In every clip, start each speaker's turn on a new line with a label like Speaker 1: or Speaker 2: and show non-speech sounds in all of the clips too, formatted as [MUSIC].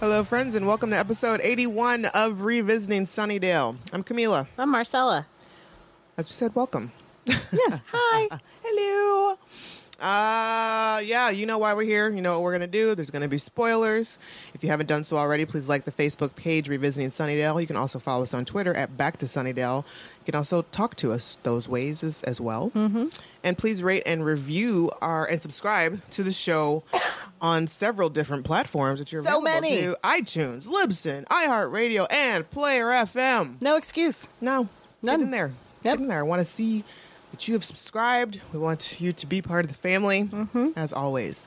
Speaker 1: Hello, friends, and welcome to episode 81 of Revisiting Sunnydale. I'm Camila.
Speaker 2: I'm Marcella.
Speaker 1: As we said, welcome.
Speaker 2: Yes. [LAUGHS] Hi.
Speaker 1: Hello. Uh, yeah, you know why we're here. You know what we're going to do. There's going to be spoilers. If you haven't done so already, please like the Facebook page, Revisiting Sunnydale. You can also follow us on Twitter at Back to Sunnydale. You can also talk to us those ways as, as well. Mm-hmm. And please rate and review our and subscribe to the show [COUGHS] on several different platforms that you're
Speaker 2: So
Speaker 1: available
Speaker 2: many.
Speaker 1: to. iTunes, Libsyn, iHeartRadio, and Player FM.
Speaker 2: No excuse.
Speaker 1: No,
Speaker 2: None.
Speaker 1: Get in there.
Speaker 2: Yep.
Speaker 1: Get in there. I want to see that you have subscribed. We want you to be part of the family,
Speaker 2: Mm-hmm.
Speaker 1: as always.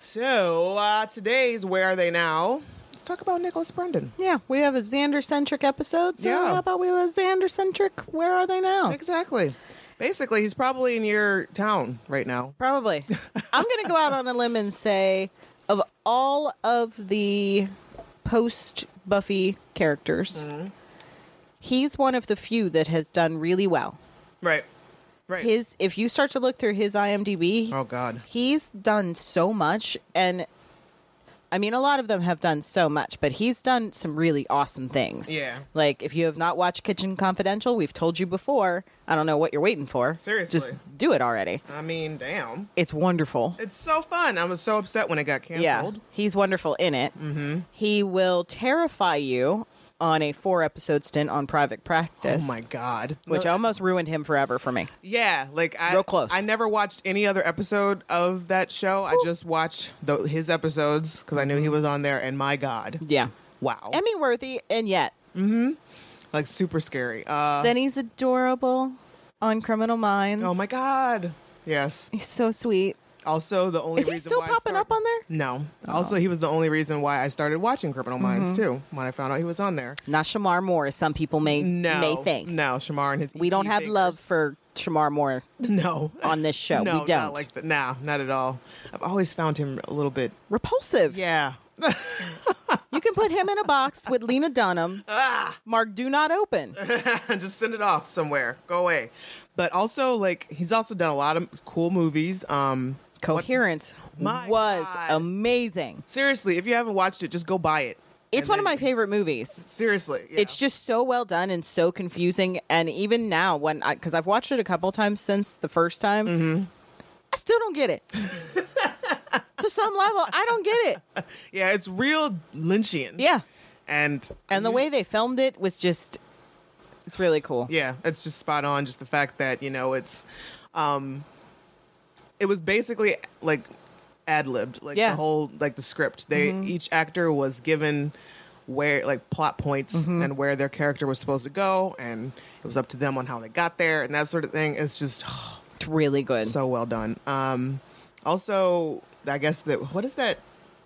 Speaker 1: So uh, today's where are they now? Let's talk about Nicholas Brendan.
Speaker 2: Yeah, we have a Xander centric episode. So
Speaker 1: Yeah.
Speaker 2: how about we have a Xander centric? Where are they now?
Speaker 1: Exactly. Basically, he's probably in your town right now.
Speaker 2: Probably. I'm going to go out on a limb and say, of all of the post Buffy characters, he's one of the few that has done really well.
Speaker 1: Right. Right.
Speaker 2: His, if you start to look through his IMDb,
Speaker 1: oh God.
Speaker 2: he's done so much and i mean a lot of them have done so much but he's done some really awesome things
Speaker 1: Yeah.
Speaker 2: like if you have not watched kitchen confidential we've told you before i don't know what you're waiting for just
Speaker 1: Seriously.
Speaker 2: do it already
Speaker 1: I mean, damn.
Speaker 2: it's wonderful
Speaker 1: It's so fun. I was so upset when it got
Speaker 2: yeah
Speaker 1: canceled. Oh
Speaker 2: he's wonderful in it mm-hmm. he will terrify you on a four episode stint on private
Speaker 1: Oh
Speaker 2: practice
Speaker 1: my God.
Speaker 2: which
Speaker 1: No,
Speaker 2: almost ruined him forever for me
Speaker 1: Yeah, like I
Speaker 2: Real close.
Speaker 1: I never watched any other episode of that show. I just watched the, his episodes because I knew he was on there. And my God,
Speaker 2: yeah
Speaker 1: wow,
Speaker 2: emmy worthy and yet
Speaker 1: like super scary. Uh,
Speaker 2: then he's adorable on criminal minds
Speaker 1: oh my God, yes.
Speaker 2: he's so sweet
Speaker 1: Also, the only
Speaker 2: Is he
Speaker 1: reason
Speaker 2: still
Speaker 1: why I
Speaker 2: popping
Speaker 1: start-
Speaker 2: up on Oh. there?
Speaker 1: No. Also, he was the only reason why I started watching Criminal Minds
Speaker 2: Mm-hmm.
Speaker 1: too when I found out he was on there.
Speaker 2: Not Shamar Moore, as some people may
Speaker 1: No,
Speaker 2: may think.
Speaker 1: no, Shamar and his
Speaker 2: We don't
Speaker 1: ET
Speaker 2: have
Speaker 1: fingers.
Speaker 2: love for Shamar Moore
Speaker 1: [LAUGHS] no
Speaker 2: on this show.
Speaker 1: no,
Speaker 2: we don't.
Speaker 1: not like that. Nah, not at all. I've always found him a little bit.
Speaker 2: Repulsive.
Speaker 1: Yeah,
Speaker 2: You can put him in a box with
Speaker 1: [LAUGHS]
Speaker 2: Lena Dunham.
Speaker 1: Ah.
Speaker 2: Mark, do not open.
Speaker 1: and [LAUGHS] just send it off somewhere. Go away. But also, like, he's also done a lot of cool movies. Um,
Speaker 2: Coherence
Speaker 1: My
Speaker 2: was
Speaker 1: God.
Speaker 2: amazing.
Speaker 1: seriously, if you haven't watched it, just go buy it.
Speaker 2: It's
Speaker 1: And
Speaker 2: one of
Speaker 1: then-
Speaker 2: my favorite movies.
Speaker 1: Seriously, yeah.
Speaker 2: It's just so well done and so confusing. And even now, when I, because I've watched it a couple times since the first time,
Speaker 1: Mm-hmm.
Speaker 2: I still don't get it.
Speaker 1: [LAUGHS]
Speaker 2: to some level, I don't get it.
Speaker 1: yeah, it's real Lynchian.
Speaker 2: Yeah.
Speaker 1: and
Speaker 2: And the way they filmed it was just it's really cool.
Speaker 1: yeah, it's just spot on. Just the fact that you know it's, um, it was basically like ad libbed, like
Speaker 2: Yeah.
Speaker 1: the whole like the script. They each actor was given where like plot points and where their character was supposed to go, and it was up to them on how they got there and that sort of thing. It's just.
Speaker 2: It's really good.
Speaker 1: so well done. Um, also, I guess that what is that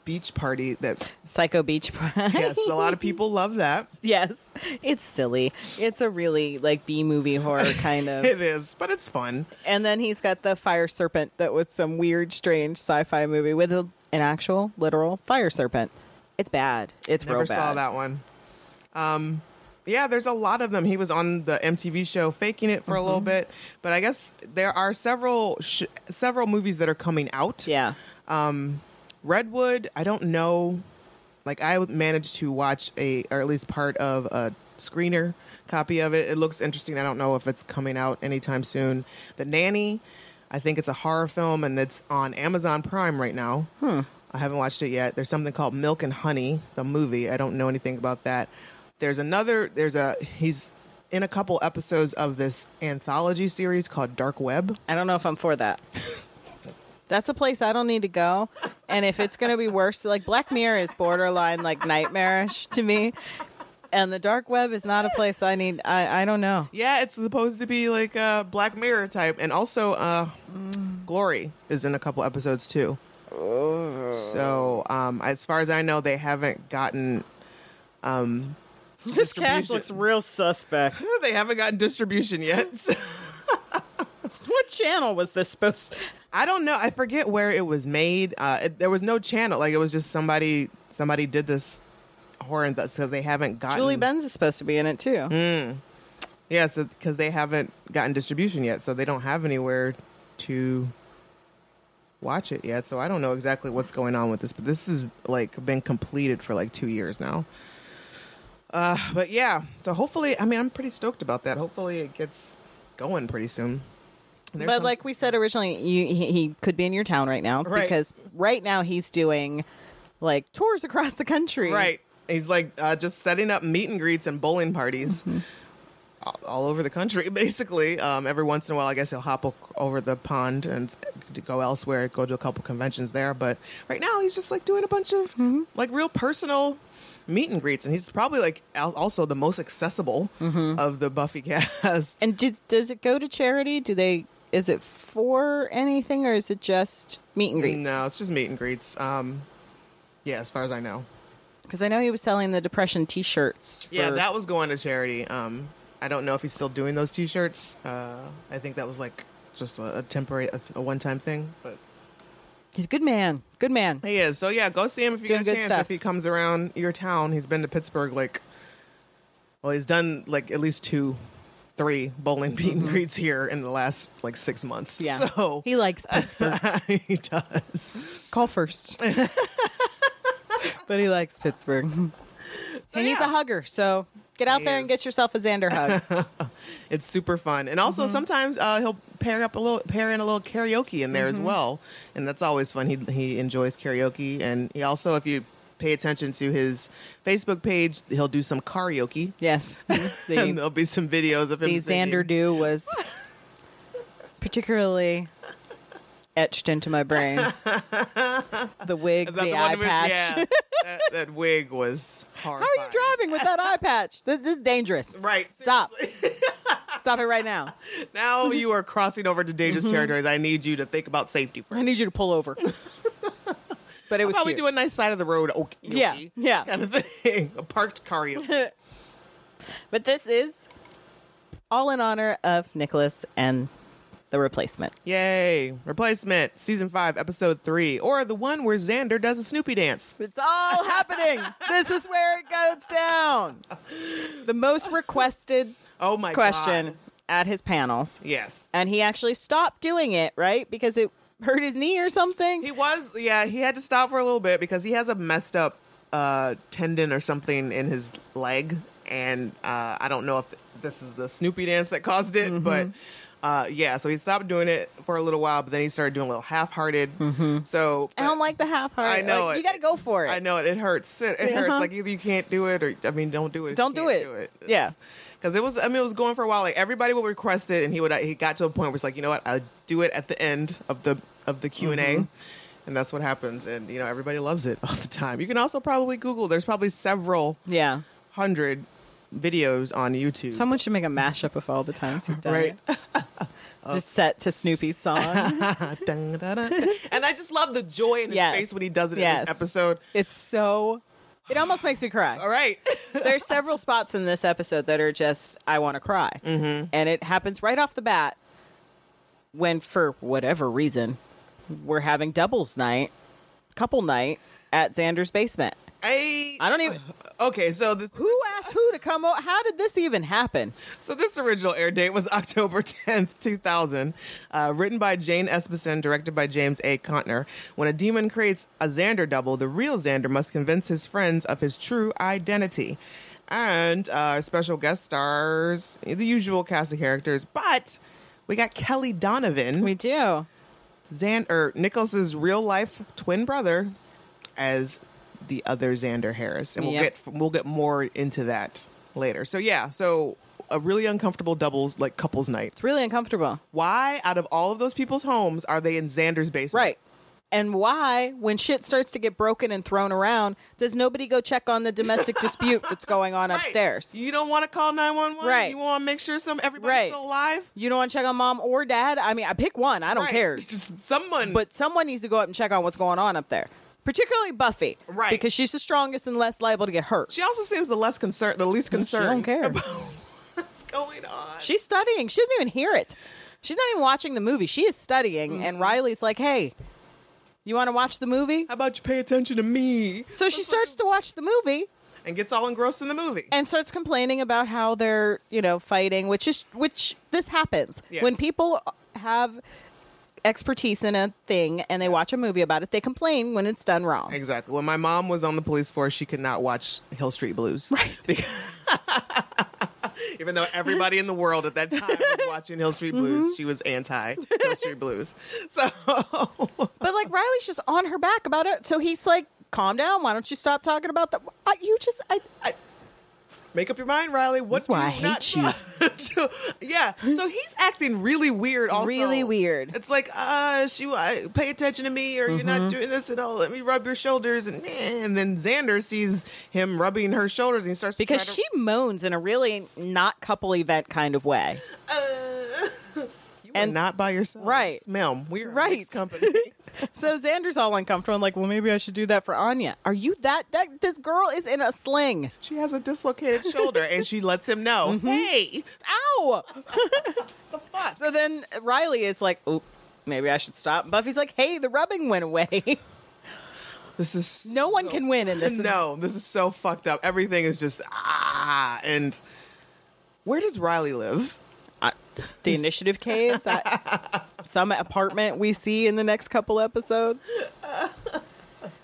Speaker 1: beach party that?
Speaker 2: Psycho Beach Pride.
Speaker 1: Yes, a lot of people love that.
Speaker 2: [LAUGHS] yes. It's silly. It's a really like B movie horror kind of.
Speaker 1: It is, but it's fun.
Speaker 2: and then he's got the fire serpent that was some weird strange sci-fi movie with a, an actual literal fire serpent. It's bad. It's
Speaker 1: Never
Speaker 2: real bad.
Speaker 1: saw that one. Um, yeah, there's a lot of them. He was on the MTV show faking it for a
Speaker 2: Mm-hmm.
Speaker 1: little bit, but I guess there are several sh- several movies that are coming out.
Speaker 2: Yeah.
Speaker 1: Redwood, I don't know. Like I managed to watch a, or at least part of a screener copy of it. It looks interesting. I don't know if it's coming out anytime soon. The Nanny, I think it's a horror film and it's on Amazon Prime right now. I haven't watched it yet. There's something called Milk and Honey, the movie. I don't know anything about that. There's another. There's a he's in a couple episodes of this anthology series called Dark Web.
Speaker 2: I don't know if I'm
Speaker 1: [LAUGHS]
Speaker 2: for that. That's a place I don't need to go. And if it's going to be worse, like Black Mirror is borderline like nightmarish to me. And the dark web is not a place I need. I, I don't know.
Speaker 1: Yeah, it's supposed to be like a Black Mirror type, and also uh, Glory is in a couple episodes too. So, um, as far as I know, they haven't gotten [LAUGHS]
Speaker 2: This
Speaker 1: cash looks
Speaker 2: real suspect.
Speaker 1: they haven't gotten distribution yet. [LAUGHS] So-
Speaker 2: What channel was this supposed
Speaker 1: I don't know. I forget where it was made. Uh, it, there was no channel. Like it was just somebody somebody did this horror and because they haven't gotten
Speaker 2: Julie Benz is supposed to be in it too.
Speaker 1: Yes, because they haven't gotten distribution yet, so they don't have anywhere to watch it yet, so I don't know exactly what's going on with this. But this is like been completed for like two years now. Uh, but yeah, so hopefully, I mean, I'm pretty stoked about that. Hopefully, it gets going pretty soon. And there's
Speaker 2: but
Speaker 1: some-
Speaker 2: like we said originally, you, he, he could be in your town right now
Speaker 1: Right.
Speaker 2: because right now he's doing like tours across the country.
Speaker 1: right, he's like uh, just setting up meet and greets and bowling parties.
Speaker 2: Mm-hmm.
Speaker 1: All all over the country, [LAUGHS] basically. Um, every once in a while, I guess he'll hop o- over the pond and to go elsewhere, go to a couple conventions there. But right now, he's just like doing a bunch of
Speaker 2: Mm-hmm.
Speaker 1: like real personal meet and greets, and he's probably like al- also the most accessible
Speaker 2: Mm-hmm.
Speaker 1: of the Buffy [LAUGHS] cast.
Speaker 2: And did, does it go to charity? Do they? Is it for anything or is it just meet and greets?
Speaker 1: No, it's just meet and greets. Um, yeah, as far as I know.
Speaker 2: Because I know he was selling the depression T-shirts. For,
Speaker 1: Yeah, that was going to charity. Um, I don't know if he's still doing those T-shirts. Uh, I think that was like just a, a temporary, a, a one-time thing. But
Speaker 2: He's a good man.
Speaker 1: [LAUGHS]
Speaker 2: Good man.
Speaker 1: he is. So yeah, go see him if you
Speaker 2: Doing
Speaker 1: get a
Speaker 2: good
Speaker 1: chance.
Speaker 2: stuff.
Speaker 1: If he comes around your town, he's been to Pittsburgh. Like, well, he's done like at least two, three bowling meet and greets here in the last like six months.
Speaker 2: Mm-hmm. Yeah.
Speaker 1: So
Speaker 2: He likes
Speaker 1: [LAUGHS]
Speaker 2: Pittsburgh.
Speaker 1: he does.
Speaker 2: Call first. but he likes Pittsburgh. [LAUGHS] and he's
Speaker 1: yeah.
Speaker 2: a hugger, so get out
Speaker 1: He
Speaker 2: there
Speaker 1: is.
Speaker 2: and get yourself a Xander
Speaker 1: [LAUGHS]
Speaker 2: hug.
Speaker 1: It's super fun, and also
Speaker 2: Mm-hmm.
Speaker 1: sometimes uh, he'll pair up a little, pair in a little karaoke in there
Speaker 2: Mm-hmm.
Speaker 1: as well, and that's always fun. He he enjoys karaoke, and he also, if you pay attention to his Facebook page, he'll do some karaoke, [LAUGHS]
Speaker 2: yes. Mm-hmm.
Speaker 1: and
Speaker 2: The,
Speaker 1: there'll be some videos of him.
Speaker 2: the
Speaker 1: singing.
Speaker 2: Xander do was
Speaker 1: [LAUGHS]
Speaker 2: particularly etched into my brain. The wig,
Speaker 1: Is
Speaker 2: the,
Speaker 1: that the,
Speaker 2: eye
Speaker 1: one? Where,
Speaker 2: patch. [LAUGHS]
Speaker 1: yeah, that, that wig was hard.
Speaker 2: How are you driving with that eye patch? This, this is dangerous.
Speaker 1: Right. [LAUGHS]
Speaker 2: Stop.
Speaker 1: seriously.
Speaker 2: Stop it right now.
Speaker 1: now you are crossing over to dangerous
Speaker 2: Mm-hmm.
Speaker 1: territories. I need you to think about safety
Speaker 2: I [LAUGHS]
Speaker 1: first.
Speaker 2: need you to pull over. But it was
Speaker 1: How about we
Speaker 2: cute.
Speaker 1: do a nice side of the road, okay,
Speaker 2: Yeah, yeah.
Speaker 1: kind of [LAUGHS] thing, a parked karaoke.
Speaker 2: But this is all in honor of Nicholas and the replacement.
Speaker 1: Yay! Replacement, season five, episode three, or the one where Xander does a Snoopy dance.
Speaker 2: It's
Speaker 1: [LAUGHS]
Speaker 2: all happening. This is where it goes down. The most requested
Speaker 1: Oh my
Speaker 2: question
Speaker 1: God.
Speaker 2: at his panels.
Speaker 1: Yes,
Speaker 2: And he actually stopped doing it, right? Because it hurt his knee or something.
Speaker 1: he was. Yeah, he had to stop for a little bit because he has a messed up uh, tendon or something in his leg, and uh, I don't know if this is the Snoopy dance that caused it, but. Uh, yeah, so he stopped doing it for a little while, but then he started doing a little half-hearted. So
Speaker 2: I don't like the half heart.
Speaker 1: I know
Speaker 2: Like,
Speaker 1: it.
Speaker 2: you got to go for it.
Speaker 1: I know it. It hurts. It, it hurts.
Speaker 2: Uh-huh.
Speaker 1: Like either you can't do it, or I mean, don't do it. if you
Speaker 2: Don't do
Speaker 1: can't
Speaker 2: it. Yeah.
Speaker 1: Because it was. I mean, it was going for a while. Like everybody would request it, and he would. He got to a point where it's like, you know what? I do it at the end of the of the Q and
Speaker 2: Mm-hmm.
Speaker 1: A. And that's what happens, and you know everybody loves it [LAUGHS] all the time. You can also probably Google. There's probably several
Speaker 2: Yeah.
Speaker 1: hundred videos on YouTube.
Speaker 2: Someone should make a mashup of all the times he's done
Speaker 1: Right. [LAUGHS]
Speaker 2: it. Just set to Snoopy's song.
Speaker 1: Dun, da, da. and I just love the joy in his
Speaker 2: Yes.
Speaker 1: face when he does it in
Speaker 2: Yes.
Speaker 1: this episode.
Speaker 2: it's so. It almost makes me cry.
Speaker 1: All right,
Speaker 2: There's several spots in this episode that are just I want to cry, mm-hmm. and it happens right off the bat when, for whatever reason, we're having doubles night, couple night at Xander's basement.
Speaker 1: I
Speaker 2: [LAUGHS] I don't even.
Speaker 1: okay. So this
Speaker 2: Who asked who to come? o- How did this even happen?
Speaker 1: So this original air date was [LAUGHS] October 10th, 2000, uh, written by Jane Espenson, directed by James A. Contner. When a demon creates a Xander double, the real Xander must convince his friends of his true identity. And uh, special guest stars, the usual cast of characters, but we got Kelly Donovan.
Speaker 2: We do.
Speaker 1: Xan or Nicholas's real life twin brother as the other Xander Harris, and we'll
Speaker 2: Yep.
Speaker 1: get we'll get more into that later. So yeah, so a really uncomfortable doubles like couples night.
Speaker 2: It's really uncomfortable,
Speaker 1: Why out of all of those people's homes are they in Xander's basement?
Speaker 2: right? And why, when shit starts to get broken and thrown around, does nobody go check on
Speaker 1: [LAUGHS]
Speaker 2: the domestic dispute that's going on
Speaker 1: Right.
Speaker 2: upstairs?
Speaker 1: You don't want to call nine one one.
Speaker 2: Right.
Speaker 1: You want to make sure some everybody's
Speaker 2: Right.
Speaker 1: still alive.
Speaker 2: You don't want to check on mom or dad? I mean, I pick one. I don't
Speaker 1: Right. [LAUGHS]
Speaker 2: care.
Speaker 1: Just someone.
Speaker 2: but someone needs to go up and check on what's going on up there. Particularly Buffy,
Speaker 1: Right.
Speaker 2: Because she's the strongest and less liable to get hurt.
Speaker 1: she also seems the less concerned, the least concerned.
Speaker 2: don't care.
Speaker 1: about [LAUGHS] what's going on.
Speaker 2: she's studying. She doesn't even hear it. She's not even watching the movie. She is studying,
Speaker 1: Mm-hmm.
Speaker 2: and Riley's like, "Hey, you want to watch the movie?"
Speaker 1: How about you pay attention to me?
Speaker 2: So she starts to watch the movie
Speaker 1: and gets all engrossed in the movie.
Speaker 2: and starts complaining about how they're, you know, fighting, which is which this happens
Speaker 1: Yes.
Speaker 2: when people have expertise in a thing and they watch a movie about it, they complain when it's done wrong. [LAUGHS]
Speaker 1: Exactly. When my mom was on the police force, she could not watch Hill Street Blues. Right. even though everybody in the world at that time
Speaker 2: [LAUGHS]
Speaker 1: was watching Hill Street Blues,
Speaker 2: Mm-hmm.
Speaker 1: she was anti Hill Street Blues. So
Speaker 2: But like Riley's just on her back about it, so he's like, "Calm down. Why don't you stop talking about that? I, you just, I, I,
Speaker 1: make up your mind, Riley. What
Speaker 2: That's why I
Speaker 1: do you
Speaker 2: hate
Speaker 1: [LAUGHS] not you. yeah. So he's acting really weird. Also,
Speaker 2: Really weird. Mm-hmm.
Speaker 1: It's like, uh, she uh, pay attention to me, or you're not doing this at all. Let me rub your shoulders, and and then Xander sees him rubbing her shoulders, and he starts
Speaker 2: because
Speaker 1: to
Speaker 2: she moans in a really not couple event kind of way.
Speaker 1: she uh, you
Speaker 2: and-
Speaker 1: and not by yourself,
Speaker 2: Right.
Speaker 1: Ma'am, we're a
Speaker 2: Right.
Speaker 1: mixed company.
Speaker 2: [LAUGHS] [LAUGHS] So Xander's all uncomfortable and like, well, maybe I should do that for Anya. Are you that? That this girl is in a sling.
Speaker 1: she has a dislocated shoulder, and she lets him know, hey,
Speaker 2: Ow!
Speaker 1: [LAUGHS] the fuck.
Speaker 2: So then Riley is like, "Oop, maybe I should stop. And Buffy's like, hey, the rubbing went away. [LAUGHS]
Speaker 1: This is
Speaker 2: no one
Speaker 1: so-
Speaker 2: can win
Speaker 1: [LAUGHS]
Speaker 2: in this.
Speaker 1: no, this is so fucked up. Everything is just ah. And where does Riley live?
Speaker 2: The initiative caves. I- some apartment we see in the next couple episodes.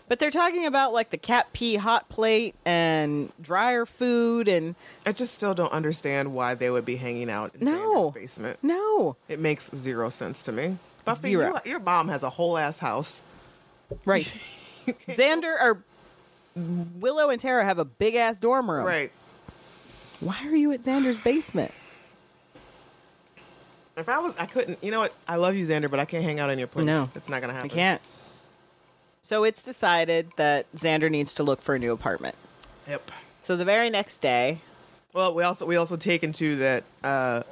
Speaker 2: But they're talking about like the cat pee hot plate and dryer food and
Speaker 1: I just still don't understand why they would be hanging out in
Speaker 2: No.
Speaker 1: Xander's basement.
Speaker 2: no.
Speaker 1: It makes zero sense to me. Buffy,
Speaker 2: Zero.
Speaker 1: you- your mom has a whole ass house.
Speaker 2: Right.
Speaker 1: [LAUGHS]
Speaker 2: Xander or Willow and Tara have a big ass dorm room.
Speaker 1: Right.
Speaker 2: Why are you at Xander's basement?
Speaker 1: If I was, I couldn't. You know what? I love you, Xander, but I can't hang out in your place.
Speaker 2: No.
Speaker 1: it's not gonna
Speaker 2: I
Speaker 1: happen.
Speaker 2: can't. So it's decided that Xander needs to look for a new apartment.
Speaker 1: Yep.
Speaker 2: So the very next
Speaker 1: Uh-huh.
Speaker 2: day,
Speaker 1: Well, we also we also take into that. uh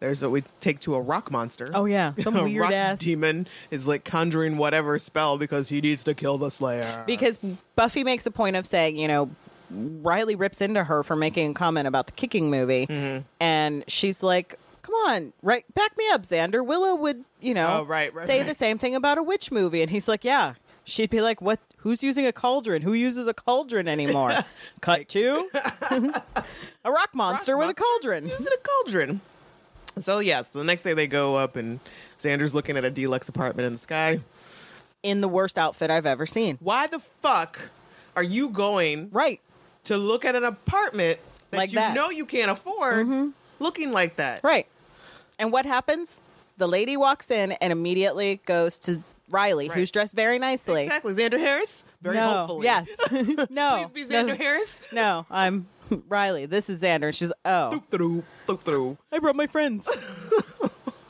Speaker 1: There's a we take to a rock monster. [LAUGHS]
Speaker 2: Oh, yeah. Some
Speaker 1: a
Speaker 2: weird
Speaker 1: rock
Speaker 2: ass-
Speaker 1: demon is like conjuring whatever spell because he needs to kill the Slayer.
Speaker 2: because Buffy makes a point of saying, you know, Riley rips into her for making a comment about the kicking movie,
Speaker 1: Mm-hmm.
Speaker 2: and she's like, "Come on, right, back me up, Xander. Willow would, you know,
Speaker 1: Oh, right, right,
Speaker 2: say the
Speaker 1: right.
Speaker 2: same thing about a witch movie." And he's like, "Yeah." She'd be like, "What? Who's using a cauldron? Who uses a cauldron
Speaker 1: [LAUGHS]
Speaker 2: anymore?" Cut to [LAUGHS] a rock monster with a cauldron.
Speaker 1: Is it a cauldron? So yes, the next day they go up and Xander's looking at a deluxe apartment in the sky.
Speaker 2: in the worst outfit I've ever seen.
Speaker 1: Why the fuck are you going
Speaker 2: Right.
Speaker 1: to look at an apartment that
Speaker 2: Like
Speaker 1: you
Speaker 2: that. Mm-hmm.
Speaker 1: know you can't afford looking like that?
Speaker 2: Right. And what happens? The lady walks in and immediately goes to Riley,
Speaker 1: Right.
Speaker 2: who's dressed very nicely.
Speaker 1: Exactly. Xander Harris? Very
Speaker 2: no.
Speaker 1: hopefully. [LAUGHS]
Speaker 2: Yes. no.
Speaker 1: Please be
Speaker 2: No.
Speaker 1: Xander Harris.
Speaker 2: [LAUGHS] No, I'm Riley. This is Xander. And she's, oh,
Speaker 1: Through, through, through.
Speaker 2: I brought my friends. [LAUGHS]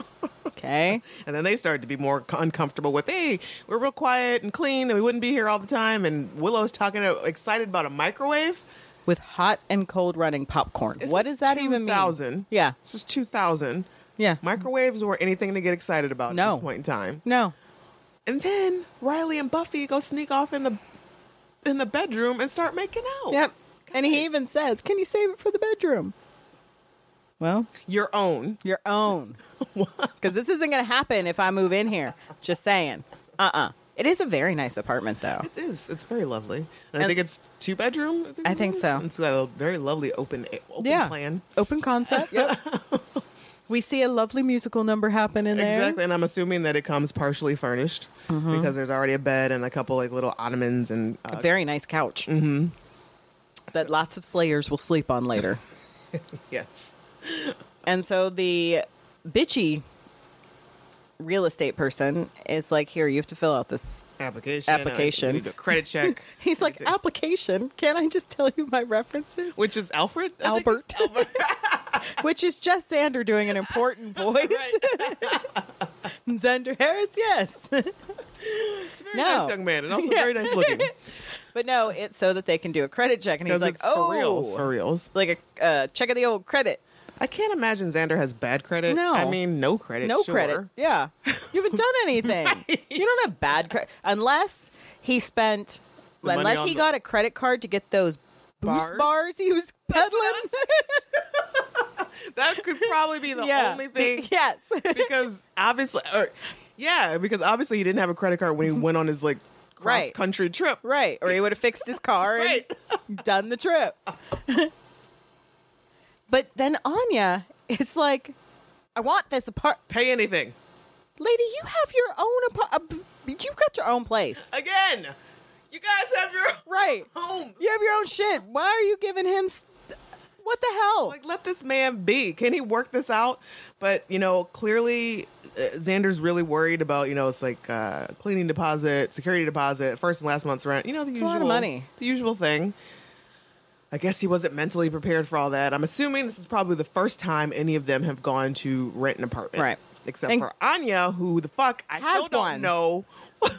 Speaker 2: okay.
Speaker 1: And then they started to be more uncomfortable with, hey, we're real quiet and clean and we wouldn't be here all the time. And Willow's talking uh, excited about a microwave.
Speaker 2: With hot and cold running popcorn.
Speaker 1: This
Speaker 2: what
Speaker 1: is
Speaker 2: does that even mean?
Speaker 1: 2000.
Speaker 2: Yeah.
Speaker 1: This is 2000.
Speaker 2: Yeah.
Speaker 1: Microwaves were anything to get excited about
Speaker 2: No.
Speaker 1: at this point in time.
Speaker 2: No.
Speaker 1: And then Riley and Buffy go sneak off in the in the bedroom and start making out.
Speaker 2: Yep. And he
Speaker 1: Oh, Guys.
Speaker 2: even says, can you save it for the bedroom? Well,
Speaker 1: Your own.
Speaker 2: Your
Speaker 1: [LAUGHS]
Speaker 2: own. Because this isn't going to happen if I move in here. Just saying. Uh uh It is a very nice apartment, though.
Speaker 1: It is. It's very lovely. And,
Speaker 2: And-
Speaker 1: I think it's two bedroom.
Speaker 2: I
Speaker 1: it
Speaker 2: think
Speaker 1: is.
Speaker 2: so.
Speaker 1: It's got a very lovely open open
Speaker 2: yeah.
Speaker 1: plan.
Speaker 2: Open
Speaker 1: [LAUGHS]
Speaker 2: concept. Yep. we see a lovely musical number happen in there. Mm-hmm.
Speaker 1: Exactly. And I'm assuming that it comes partially furnished because there's already a bed and a couple like little ottomans and
Speaker 2: A
Speaker 1: uh,
Speaker 2: very nice couch. Mm-hmm. That lots of slayers will sleep
Speaker 1: [LAUGHS]
Speaker 2: on later.
Speaker 1: yes.
Speaker 2: and so the bitchy real estate person is like, here, you have to fill out this.
Speaker 1: Application.
Speaker 2: Application.
Speaker 1: I, we need a credit check.
Speaker 2: [LAUGHS] He's like, application. Can't I just tell you my references?
Speaker 1: Which is Alfred? I think
Speaker 2: Albert.
Speaker 1: it's Albert.
Speaker 2: [LAUGHS] which is just Xander doing an [LAUGHS] important voice. Xander Harris, yes.
Speaker 1: Very
Speaker 2: No.
Speaker 1: nice young man and also
Speaker 2: [LAUGHS] Yeah.
Speaker 1: very nice looking.
Speaker 2: [LAUGHS] but no, it's so that they can do a credit check. And he's
Speaker 1: Because
Speaker 2: like,
Speaker 1: it's
Speaker 2: oh,
Speaker 1: for reals. For reals.
Speaker 2: like a uh, check of the old credit.
Speaker 1: I can't imagine Xander has bad credit.
Speaker 2: No.
Speaker 1: I mean, no credit.
Speaker 2: No
Speaker 1: sure.
Speaker 2: credit. Yeah. You haven't done anything. You don't have bad credit. Unless he spent,
Speaker 1: The money
Speaker 2: unless
Speaker 1: on
Speaker 2: he
Speaker 1: the-
Speaker 2: got a credit card to get those boost bars,
Speaker 1: Bars?
Speaker 2: he was peddling.
Speaker 1: [LAUGHS] That could probably
Speaker 2: [LAUGHS]
Speaker 1: be the
Speaker 2: yeah.
Speaker 1: only thing
Speaker 2: Yes.
Speaker 1: because obviously, or, yeah, because obviously he didn't have a credit card when he went on his like
Speaker 2: Mm-hmm. Right.
Speaker 1: cross country trip.
Speaker 2: Right. Or he would have fixed his car
Speaker 1: Right. [LAUGHS]
Speaker 2: and done the trip. but then Anya is like, I want this apart.
Speaker 1: Pay anything.
Speaker 2: Lady, you have your own apartment. You've got your own place.
Speaker 1: Again, you guys have your [LAUGHS] own
Speaker 2: Right.
Speaker 1: home.
Speaker 2: You have your own shit. Why are you giving him. St- what the hell?
Speaker 1: Like, let this man be. Can he work this out? But, you know, clearly uh, Xander's really worried about, you know, it's like uh, cleaning deposit, security deposit, first and last month's rent. You know, the
Speaker 2: a
Speaker 1: usual
Speaker 2: lot of money.
Speaker 1: The usual thing. I guess he wasn't mentally prepared for all that. I'm assuming this is probably the first time any of them have gone to rent an apartment.
Speaker 2: Right.
Speaker 1: Except
Speaker 2: And-
Speaker 1: for Anya, who the fuck I
Speaker 2: Has
Speaker 1: still don't
Speaker 2: one.
Speaker 1: know.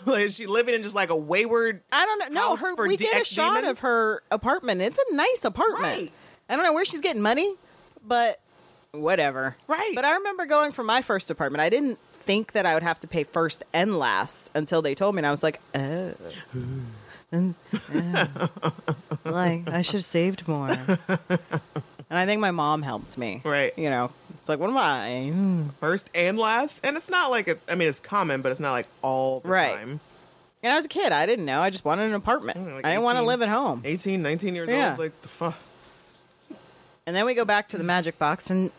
Speaker 1: [LAUGHS] is she living in just like a wayward
Speaker 2: I don't know. No,
Speaker 1: house
Speaker 2: her.
Speaker 1: for
Speaker 2: We
Speaker 1: de-
Speaker 2: get a shot
Speaker 1: ex-demons?
Speaker 2: of her apartment. It's a nice apartment.
Speaker 1: Right.
Speaker 2: I don't know where she's getting money, but whatever.
Speaker 1: Right.
Speaker 2: But I remember going for my first apartment. I didn't think that I would have to pay first and last until they told me, and I was like,
Speaker 1: [LAUGHS]
Speaker 2: oh. Mm, oh. like I should have saved more. and I think my mom helped me.
Speaker 1: Right.
Speaker 2: You know, it's like, what am I?
Speaker 1: first and last? And it's not like it's, I mean, it's common, but it's not like all the
Speaker 2: Right.
Speaker 1: time.
Speaker 2: And I was a kid. I didn't know. I just wanted an apartment.
Speaker 1: Mm, like
Speaker 2: I didn't want to
Speaker 1: 18.
Speaker 2: live at home.
Speaker 1: 18, 19 years
Speaker 2: Yeah.
Speaker 1: old, like the fuck.
Speaker 2: And then we go back to the magic box, and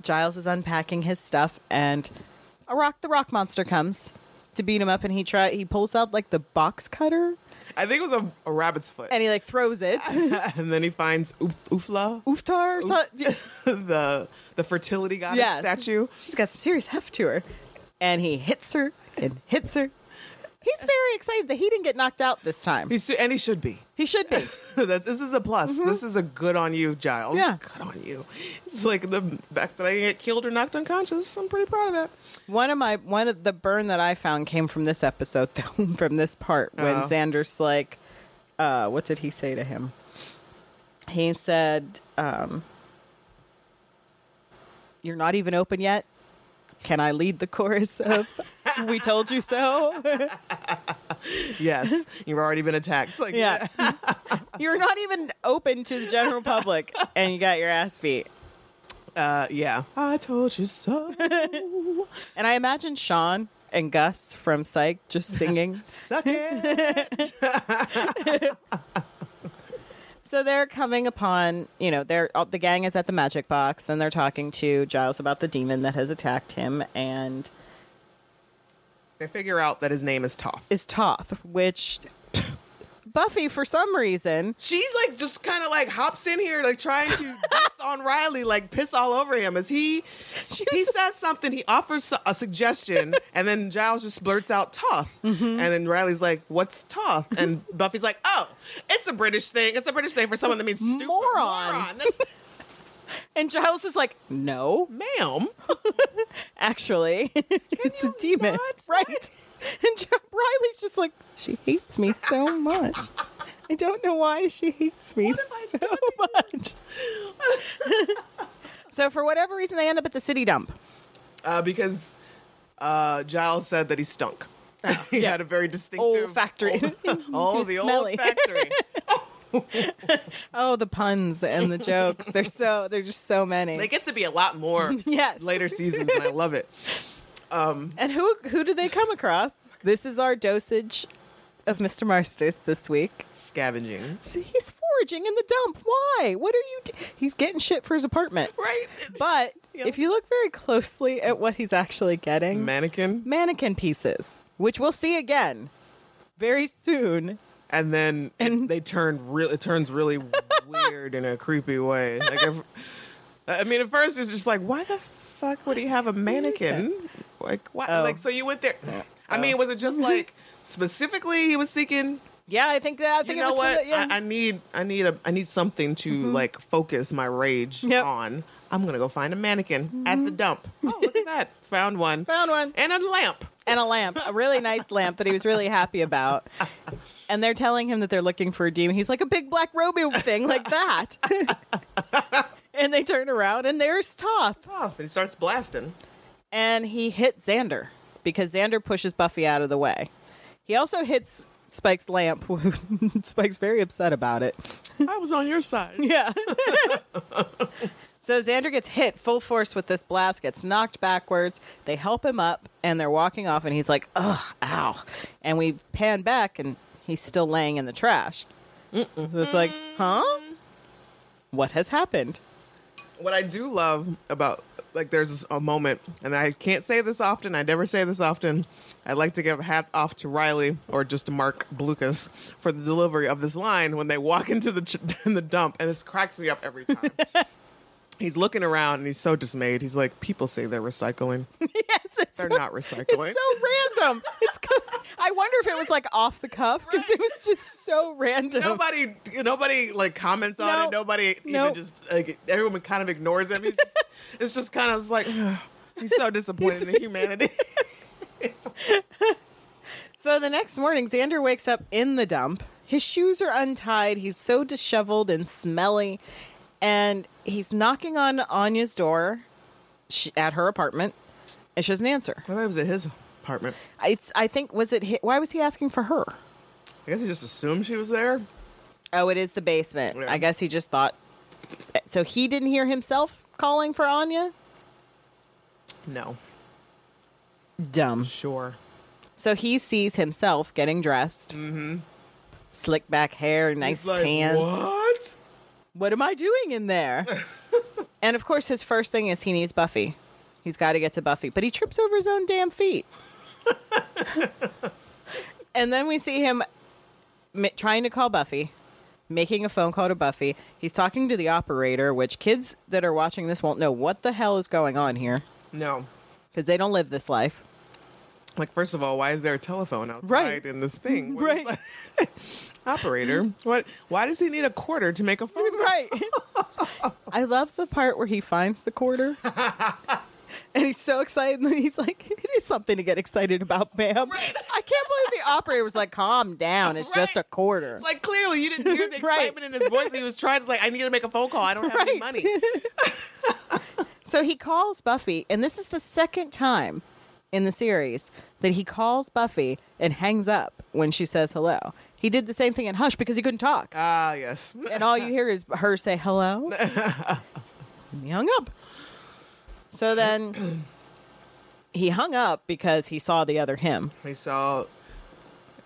Speaker 2: Giles is unpacking his stuff, and a rock, the rock monster comes to beat him up, and he try he pulls out like the box cutter,
Speaker 1: I think it was a, a rabbit's foot,
Speaker 2: and he like throws it.
Speaker 1: [LAUGHS] and then he finds Uf- Ufla,
Speaker 2: Ooftar, or
Speaker 1: [LAUGHS]
Speaker 2: something.
Speaker 1: the the fertility goddess
Speaker 2: Yes.
Speaker 1: statue.
Speaker 2: she's got some serious heft to her, and he hits her and hits her. He's very excited that he didn't get knocked out this time.
Speaker 1: He's and he should be. [LAUGHS]
Speaker 2: He should be.
Speaker 1: That's, this is a plus. This is a good on you, Giles.
Speaker 2: Mm-hmm. Yeah.
Speaker 1: Good on you. It's like the fact that I didn't get killed or knocked unconscious. I'm pretty proud of that.
Speaker 2: One of my one of the burn that I found came from this episode, [LAUGHS] though, from this part when
Speaker 1: Oh.
Speaker 2: Xander's like, uh, what did he say to him? He said, um, "You're not even open yet. Can I lead the chorus of We Told You So? [LAUGHS]
Speaker 1: Yes, you've already been attacked. Like,
Speaker 2: yeah, [LAUGHS] you're not even open to the general public, and you got your ass beat."
Speaker 1: uh, yeah. I told you
Speaker 2: [LAUGHS]
Speaker 1: so.
Speaker 2: And I imagine Sean and Gus from Psych just singing
Speaker 1: Suck it.
Speaker 2: So they're coming upon, you know, they're all, the gang is at the magic box and they're talking to Giles about the demon that has attacked him and
Speaker 1: They figure out that his name is Toth.
Speaker 2: is Toth, which Buffy for some reason
Speaker 1: she like just kind of like hops in here like trying
Speaker 2: [LAUGHS]
Speaker 1: to piss on Riley, like piss all over him as he he says something, he offers su- a suggestion,
Speaker 2: [LAUGHS]
Speaker 1: and then Giles just blurts out Toth,
Speaker 2: Mm-hmm.
Speaker 1: and then Riley's like, "What's Toth?" and
Speaker 2: [LAUGHS]
Speaker 1: Buffy's like, "Oh, it's a British thing. It's a British thing for someone that means stupid
Speaker 2: Moron.
Speaker 1: moron.
Speaker 2: [LAUGHS]
Speaker 1: That's,
Speaker 2: and Giles is like, "No,
Speaker 1: ma'am,
Speaker 2: actually, [LAUGHS] it's a demon."
Speaker 1: not?
Speaker 2: Right? [LAUGHS] And Gi- Riley's just like, "She hates me so much. I don't know why she hates me so much." [LAUGHS] so for whatever reason they end up at the city dump.
Speaker 1: uh, because uh, Giles said that he stunk. [LAUGHS] he had a very distinctive
Speaker 2: Oh, Old factory. [LAUGHS]
Speaker 1: [LAUGHS] Oh,
Speaker 2: Too
Speaker 1: the
Speaker 2: smelly.
Speaker 1: old factory.
Speaker 2: [LAUGHS] Oh, the puns and the jokes. They're so they're just so many.
Speaker 1: They get to be a lot more
Speaker 2: [LAUGHS] Yes.
Speaker 1: later seasons, and I love it.
Speaker 2: and who who did they come across? This is our dosage of Mr. Marsters this week.
Speaker 1: Scavenging.
Speaker 2: So he's foraging in the dump. Why? What are you do- He's getting shit for
Speaker 1: [LAUGHS]
Speaker 2: his apartment.
Speaker 1: Right?
Speaker 2: But
Speaker 1: Yeah.
Speaker 2: if you look very closely at what he's actually getting,
Speaker 1: Mannequin.
Speaker 2: mannequin pieces, which we'll see again very soon.
Speaker 1: And then it- they turn real it turns
Speaker 2: [LAUGHS]
Speaker 1: really weird in a creepy way. Like if, I mean at first it's just like, why the fuck would he have a mannequin? Like what
Speaker 2: Oh.
Speaker 1: like so you went there I mean, was it just like specifically he was seeking
Speaker 2: Yeah, I think that I think
Speaker 1: you know
Speaker 2: it was for
Speaker 1: what?
Speaker 2: the- yeah. Mm-hmm.
Speaker 1: I, I need I need a I need something to like focus my rage
Speaker 2: Yep. Mm-hmm.
Speaker 1: on. I'm gonna go find a mannequin at the dump. Oh, look at that! Found one.
Speaker 2: Found one.
Speaker 1: And a lamp.
Speaker 2: and a lamp, a really nice lamp that he was really happy about. And they're telling him that they're looking for a demon. He's like a big black robe thing like that. [LAUGHS] and they turn around and there's Toth.
Speaker 1: Oh, and he starts blasting.
Speaker 2: And he hits Xander because Xander pushes Buffy out of the way. He also hits Spike's lamp. [LAUGHS] Spike's very upset about it.
Speaker 1: I was on your side. [LAUGHS]
Speaker 2: Yeah. so Xander gets hit full force with this blast, gets knocked backwards. They help him up and they're walking off, and he's like, ugh, ow. And we pan back, and he's still laying in the trash. So it's like, huh? What has happened? [LAUGHS]
Speaker 1: What I do love about like there's a moment, and I can't say this often. I never say this often. I'd like to give a hat off to Riley or just to Mark Blucas for the delivery of this line when they walk into the ch- [LAUGHS] in the dump, and this cracks me up every [LAUGHS] time. he's looking around and he's so dismayed. He's like, "People say they're [LAUGHS] recycling.
Speaker 2: yes, it's
Speaker 1: They're
Speaker 2: so-
Speaker 1: not recycling."
Speaker 2: [LAUGHS] It's so random. It's. co- I wonder if it was like off the cuff because it was just so
Speaker 1: [LAUGHS]
Speaker 2: random.
Speaker 1: nobody nobody like comments on
Speaker 2: No.
Speaker 1: it. Nobody
Speaker 2: Nope.
Speaker 1: even just like everyone kind of ignores him. He's
Speaker 2: [LAUGHS]
Speaker 1: just, it's just kind of like [SIGHS] "Ugh." he's so disappointed in
Speaker 2: [LAUGHS]
Speaker 1: humanity.
Speaker 2: So the next morning, Xander wakes up in the dump. His shoes are untied. He's so disheveled and smelly. And he's knocking on Anya's door she, at her apartment, and she doesn't answer.
Speaker 1: I thought it was at his apartment.
Speaker 2: It's, I think, was it, hi- why was he asking for her?
Speaker 1: I guess he just assumed she was there.
Speaker 2: Oh, it is the basement.
Speaker 1: Yeah.
Speaker 2: I guess he just thought. So he didn't hear himself calling for Anya?
Speaker 1: No,
Speaker 2: Dumb.
Speaker 1: sure.
Speaker 2: So he sees himself getting dressed. Mm-hmm. Slick back hair, nice
Speaker 1: He's like,
Speaker 2: pants.
Speaker 1: What?
Speaker 2: what am I doing in there? and of course, his first thing is he needs Buffy. He's got to get to Buffy, but he trips over his own damn feet. and then we see him m- trying to call Buffy, making a phone call to Buffy. He's talking to the operator, which kids that are watching this won't know what the hell is going on here
Speaker 1: No.
Speaker 2: because they don't live this life.
Speaker 1: Like first of all, why is there a telephone outside
Speaker 2: Right.
Speaker 1: in this thing? Where it's
Speaker 2: Right.
Speaker 1: like-
Speaker 2: [LAUGHS]
Speaker 1: operator, what? Why does he need a quarter to make a phone? call?
Speaker 2: Right. I love the part where he finds the quarter.
Speaker 1: [LAUGHS]
Speaker 2: And he's so excited. [LAUGHS] And he's like, it is something to get excited about, ma'am. I can't believe the operator was like, calm down. It's just a
Speaker 1: Right.
Speaker 2: quarter.
Speaker 1: It's like clearly you didn't hear the
Speaker 2: [LAUGHS] Right.
Speaker 1: excitement in his voice. He was trying to like, I need to make a phone call. I don't have any
Speaker 2: [LAUGHS] Right.
Speaker 1: money.
Speaker 2: [LAUGHS] so he calls Buffy. And this is the second time in the series that he calls Buffy and hangs up when she says hello. He did the same thing in Hush because he couldn't talk.
Speaker 1: Ah, yes.
Speaker 2: and all you hear is her say
Speaker 1: [LAUGHS]
Speaker 2: hello. and he hung up. So then he hung up because he saw the
Speaker 1: [LAUGHS]
Speaker 2: other him.
Speaker 1: I saw,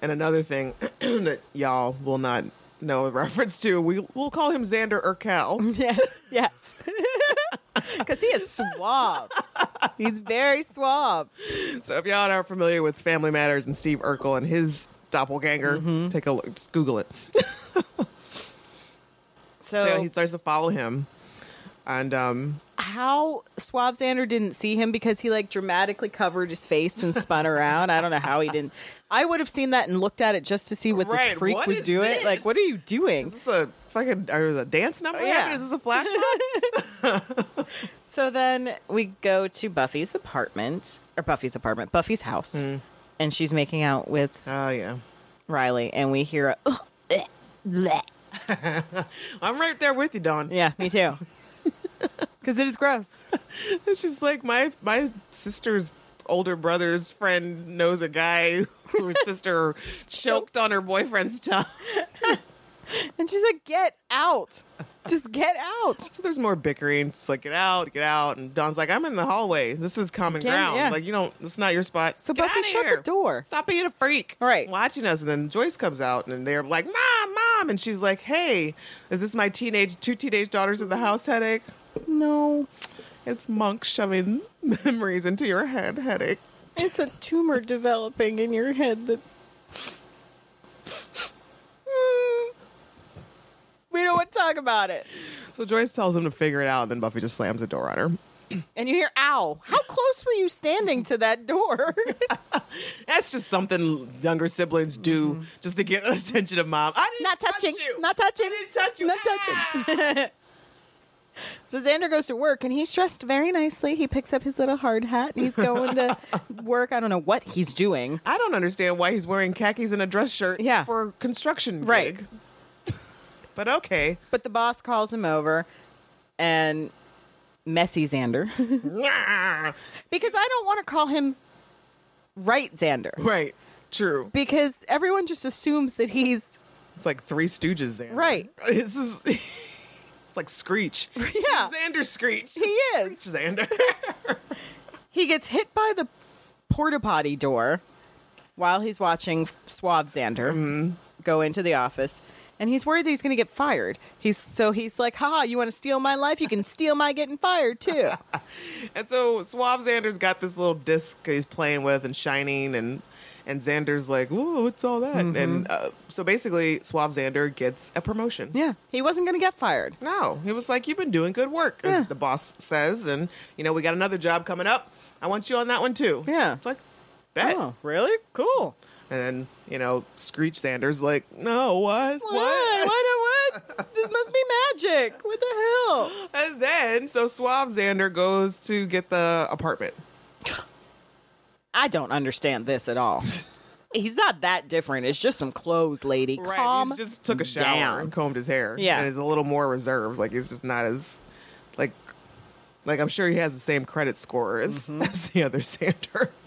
Speaker 1: and another thing [CLEARS THROAT] that y'all will not know a reference to. We we'll call him Xander Urkel.
Speaker 2: Yeah, yes. [LAUGHS] Because he is suave. He's very suave.
Speaker 1: so if y'all aren't familiar with Family Matters and Steve Urkel and his doppelganger,
Speaker 2: Mm-hmm.
Speaker 1: take a look. Just Google it.
Speaker 2: So,
Speaker 1: So he starts to follow him, and um,
Speaker 2: how suave Xander didn't see him because he like dramatically covered his face and spun around. I don't know how he didn't. I would have seen that and looked at it just to see what this
Speaker 1: Right,
Speaker 2: freak
Speaker 1: what
Speaker 2: was
Speaker 1: is
Speaker 2: doing. Like,
Speaker 1: this?
Speaker 2: what are you doing?
Speaker 1: is this a fucking or is it a dance number?
Speaker 2: Oh, yeah.
Speaker 1: Is this a
Speaker 2: [LAUGHS]
Speaker 1: flashback?
Speaker 2: So then we go to Buffy's apartment, or Buffy's apartment, Buffy's house,
Speaker 1: Mm.
Speaker 2: and she's making out with
Speaker 1: oh yeah.
Speaker 2: Riley, and we hear a, "Ugh, eh, bleh."
Speaker 1: I'm right there with you, Dawn.
Speaker 2: [LAUGHS] yeah, me too, because it is gross.
Speaker 1: [LAUGHS] She's like my my sister's older brother's friend knows a guy [LAUGHS] whose
Speaker 2: [LAUGHS]
Speaker 1: sister choked on her boyfriend's tongue.
Speaker 2: And she's like, "Get out, just get out."
Speaker 1: So there's more bickering. It's like get out, get out, and Don's like, I'm in the hallway. This is common
Speaker 2: Again,
Speaker 1: ground.
Speaker 2: yeah.
Speaker 1: Like you don't. It's not your spot.
Speaker 2: So
Speaker 1: Get
Speaker 2: Buffy,
Speaker 1: outta
Speaker 2: shut
Speaker 1: here.
Speaker 2: the door.
Speaker 1: Stop being a freak.
Speaker 2: Right.
Speaker 1: Watching us, and then Joyce comes out, and they're like, Mom, Mom, and she's like, Hey, is this my teenage two teenage daughters in the house headache?
Speaker 2: No,
Speaker 1: It's monk shoving [LAUGHS] memories into your head headache.
Speaker 2: it's a tumor developing in your head that. [LAUGHS] Mm. We don't want to talk about it.
Speaker 1: So Joyce tells him to figure it out, and then Buffy just slams the door on her.
Speaker 2: And you hear, ow, how close were you standing to that door? [LAUGHS]
Speaker 1: That's just something younger siblings do just to get [LAUGHS] attention of mom. I didn't
Speaker 2: Mm-hmm. not
Speaker 1: touch
Speaker 2: touching.
Speaker 1: you.
Speaker 2: Not touching.
Speaker 1: I didn't touch you.
Speaker 2: Not
Speaker 1: Ah!
Speaker 2: touching. So Xander goes to work and he's dressed very nicely. He picks up his little hard hat and he's
Speaker 1: [LAUGHS]
Speaker 2: going to work. I don't know what he's doing.
Speaker 1: I don't understand why he's wearing khakis and a dress shirt
Speaker 2: Yeah.
Speaker 1: for a construction
Speaker 2: Right.
Speaker 1: gig. [LAUGHS] but okay. [LAUGHS]
Speaker 2: But the boss calls him over and messy Xander. [LAUGHS]
Speaker 1: Nah.
Speaker 2: because I don't want to call him right Xander.
Speaker 1: right. True.
Speaker 2: Because everyone just assumes that he's
Speaker 1: It's like three stooges Xander.
Speaker 2: Right.
Speaker 1: [LAUGHS] This is it's like Screech.
Speaker 2: [LAUGHS] Yeah.
Speaker 1: Xander Screech. [LAUGHS]
Speaker 2: He is.
Speaker 1: Xander.
Speaker 2: he gets hit by the porta potty
Speaker 1: Mm-hmm.
Speaker 2: door while he's watching Swab Xander go into the office. and he's worried that he's going to get fired. He's so he's like, "Haha, you want to steal my life? You can steal my getting fired
Speaker 1: [LAUGHS]
Speaker 2: too."
Speaker 1: And so Swab Xander's got this little disc he's playing with and shining and and Xander's like, "Ooh, what's all that?"
Speaker 2: Mm-hmm.
Speaker 1: And uh, so basically Swab Xander gets a promotion.
Speaker 2: yeah, he wasn't going to get fired.
Speaker 1: No, he was like, "You've been doing good work," as
Speaker 2: Yeah.
Speaker 1: the boss says, and you know we got another job coming up. I want you on that one too.
Speaker 2: Yeah.
Speaker 1: it's like bet.
Speaker 2: Oh, really? Cool.
Speaker 1: And then you know Screech Sanders like, "No, what,
Speaker 2: What? Why do
Speaker 1: [LAUGHS]
Speaker 2: what? This must be magic. What the hell?
Speaker 1: And then so Swab Xander goes to get the apartment.
Speaker 2: I don't understand this
Speaker 1: [LAUGHS]
Speaker 2: at all. He's not that different. It's just some clothes, lady. Calm.
Speaker 1: he's just took a shower
Speaker 2: down.
Speaker 1: and combed his hair.
Speaker 2: Yeah.
Speaker 1: and is a little more reserved. Like he's just not as like like I'm sure he has the same credit score as, [LAUGHS]
Speaker 2: Mm-hmm.
Speaker 1: as the other Sander.
Speaker 2: [LAUGHS]